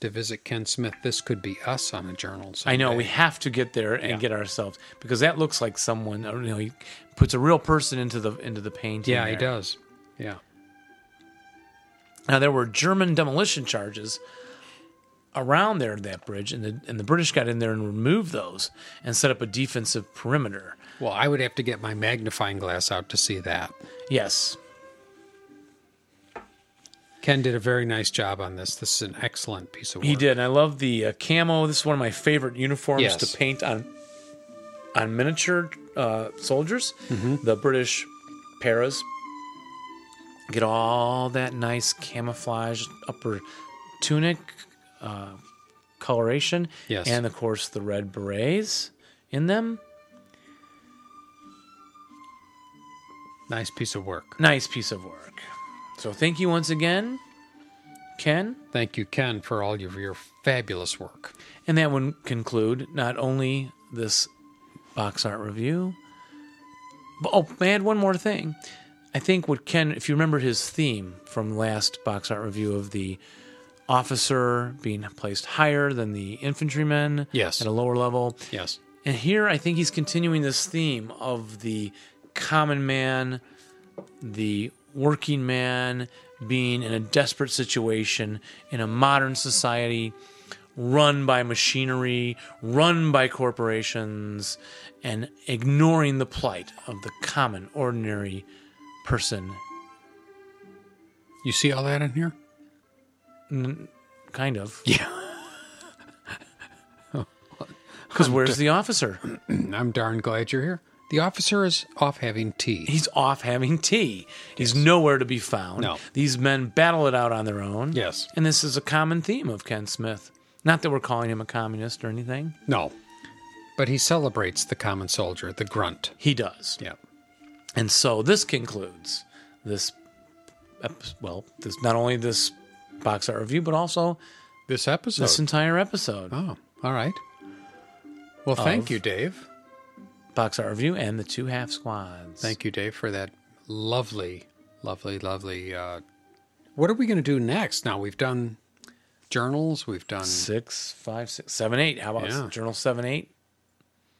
Speaker 2: to visit Ken Smith, this could be us on a journal.
Speaker 3: I know we
Speaker 2: someday.
Speaker 3: have to get there and get ourselves because that looks like someone you know he puts a real person into the into the painting.
Speaker 2: Yeah, he
Speaker 3: there.
Speaker 2: does. Yeah.
Speaker 3: Now there were German demolition charges around there at that bridge, and the and the British got in there and removed those and set up a defensive perimeter.
Speaker 2: Well, I would have to get my magnifying glass out to see that.
Speaker 3: Yes,
Speaker 2: Ken did a very nice job on this. This is an excellent piece of work.
Speaker 3: he did. And I love the uh, camo. This is one of my favorite uniforms
Speaker 2: Yes.
Speaker 3: to paint on on miniature uh, soldiers.
Speaker 2: Mm-hmm.
Speaker 3: The British paras get all that nice camouflage upper tunic uh, coloration,
Speaker 2: Yes.
Speaker 3: and of course the red berets in them.
Speaker 2: Nice piece of work.
Speaker 3: Nice piece of work. So thank you once again, Ken.
Speaker 2: Thank you, Ken, for all of your fabulous work.
Speaker 3: And that would conclude not only this box art review, but oh, may I add one more thing. I think what Ken, if you remember his theme from last box art review of the officer being placed higher than the infantryman
Speaker 2: Yes.
Speaker 3: at a lower level.
Speaker 2: Yes.
Speaker 3: And here I think he's continuing this theme of the common man, the working man being in a desperate situation in a modern society run by machinery, run by corporations, and ignoring the plight of the common, ordinary person,
Speaker 2: You see all that in here?
Speaker 3: kind of. *laughs* Yeah. Because where's the officer?
Speaker 2: I'm darn glad you're here. The officer is off having tea.
Speaker 3: He's off having tea. He's nowhere to be found.
Speaker 2: No.
Speaker 3: These men battle it out on their own.
Speaker 2: Yes.
Speaker 3: And this is a common theme of Ken Smith. Not that we're calling him a communist or anything.
Speaker 2: No. But he celebrates the common soldier, the grunt.
Speaker 3: He does.
Speaker 2: Yeah.
Speaker 3: And so this concludes this, ep- well, this not only this box art review, but also
Speaker 2: This episode.
Speaker 3: this entire episode.
Speaker 2: oh, all right. Well, thank
Speaker 3: Of-
Speaker 2: you, Dave.
Speaker 3: Box art review and the two half squads.
Speaker 2: Thank you, Dave, for that lovely, lovely, lovely. Uh, what are we going to do next? Now we've done journals. We've done
Speaker 3: Six, five, six, seven, eight. How about
Speaker 2: Yeah.
Speaker 3: Journal seven, eight?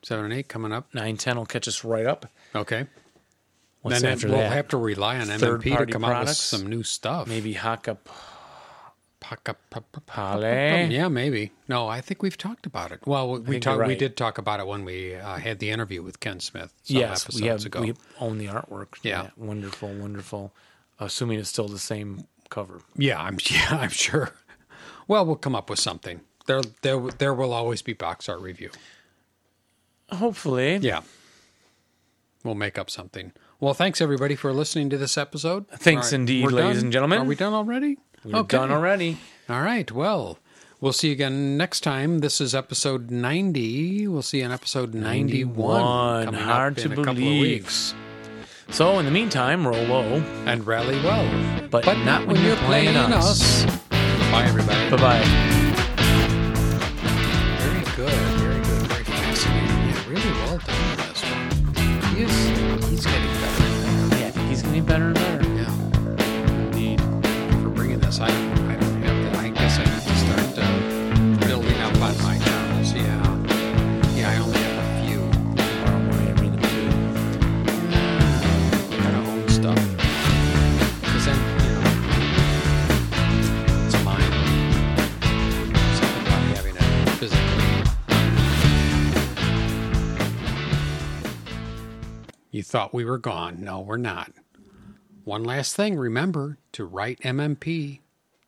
Speaker 2: seven and eight coming up.
Speaker 3: Nine, ten will catch us right up.
Speaker 2: Okay.
Speaker 3: What's
Speaker 2: then
Speaker 3: after
Speaker 2: we'll
Speaker 3: that?
Speaker 2: have to rely on MMP to
Speaker 3: Third-party
Speaker 2: come out with
Speaker 3: products?
Speaker 2: some new stuff.
Speaker 3: Maybe Haka
Speaker 2: Paka- pa- pa- pa-
Speaker 3: Pale.
Speaker 2: Yeah, maybe. No, I think we've talked about it. Well, we- we
Speaker 3: Eh. think you're
Speaker 2: talked. We
Speaker 3: right.
Speaker 2: did talk about it when we uh, had the interview with Ken Smith some
Speaker 3: Yes,
Speaker 2: episodes
Speaker 3: we have.
Speaker 2: ago.
Speaker 3: We own the artwork.
Speaker 2: Yeah.
Speaker 3: wonderful, wonderful. Assuming it's still the same cover.
Speaker 2: Yeah, I'm. *laughs* Yeah, I'm sure. Well, we'll come up with something. There, there, there will always be box art review.
Speaker 3: Hopefully.
Speaker 2: Yeah, we'll make up something. Well, thanks everybody for listening to this episode.
Speaker 3: Thanks
Speaker 2: All right,
Speaker 3: indeed,
Speaker 2: we're
Speaker 3: ladies
Speaker 2: done?
Speaker 3: and gentlemen.
Speaker 2: Are we done already?
Speaker 3: We're done already.
Speaker 2: All right. Well, we'll see you again next time. This is episode 90. We'll see you in episode 91.
Speaker 3: One
Speaker 2: coming up
Speaker 3: hard
Speaker 2: in
Speaker 3: to
Speaker 2: a couple of
Speaker 3: believe.
Speaker 2: weeks.
Speaker 3: So in the meantime, roll low,
Speaker 2: And rally well.
Speaker 3: but, not when you're playing, us.
Speaker 2: Bye, everybody.
Speaker 3: Bye bye.
Speaker 2: Very good. Very good. Very fascinating. Yeah, really well done on this one. He is, he's getting better and better.
Speaker 3: Yeah, he's getting better and better.
Speaker 2: Yeah. Indeed. For bringing this, I, I don't have that. I guess I need to start uh, building up on my journals. Yeah. Yeah, I only have a few.
Speaker 3: Tomorrow morning, I read the book.
Speaker 2: kind of own stuff. Because then, you know, it's mine. Something about having it physically. You thought we were gone. No, we're not. One last thing, remember to write MMP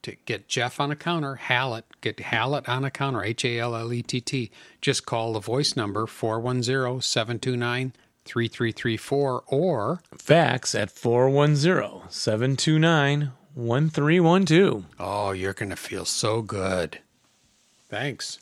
Speaker 2: to get Jeff on a counter, Hallett, get Hallett on a counter, H A L L E T T. Just call the voice number 410 729 3334 or
Speaker 3: Fax at 410 729 1312.
Speaker 2: Oh, you're going to feel so good. Thanks.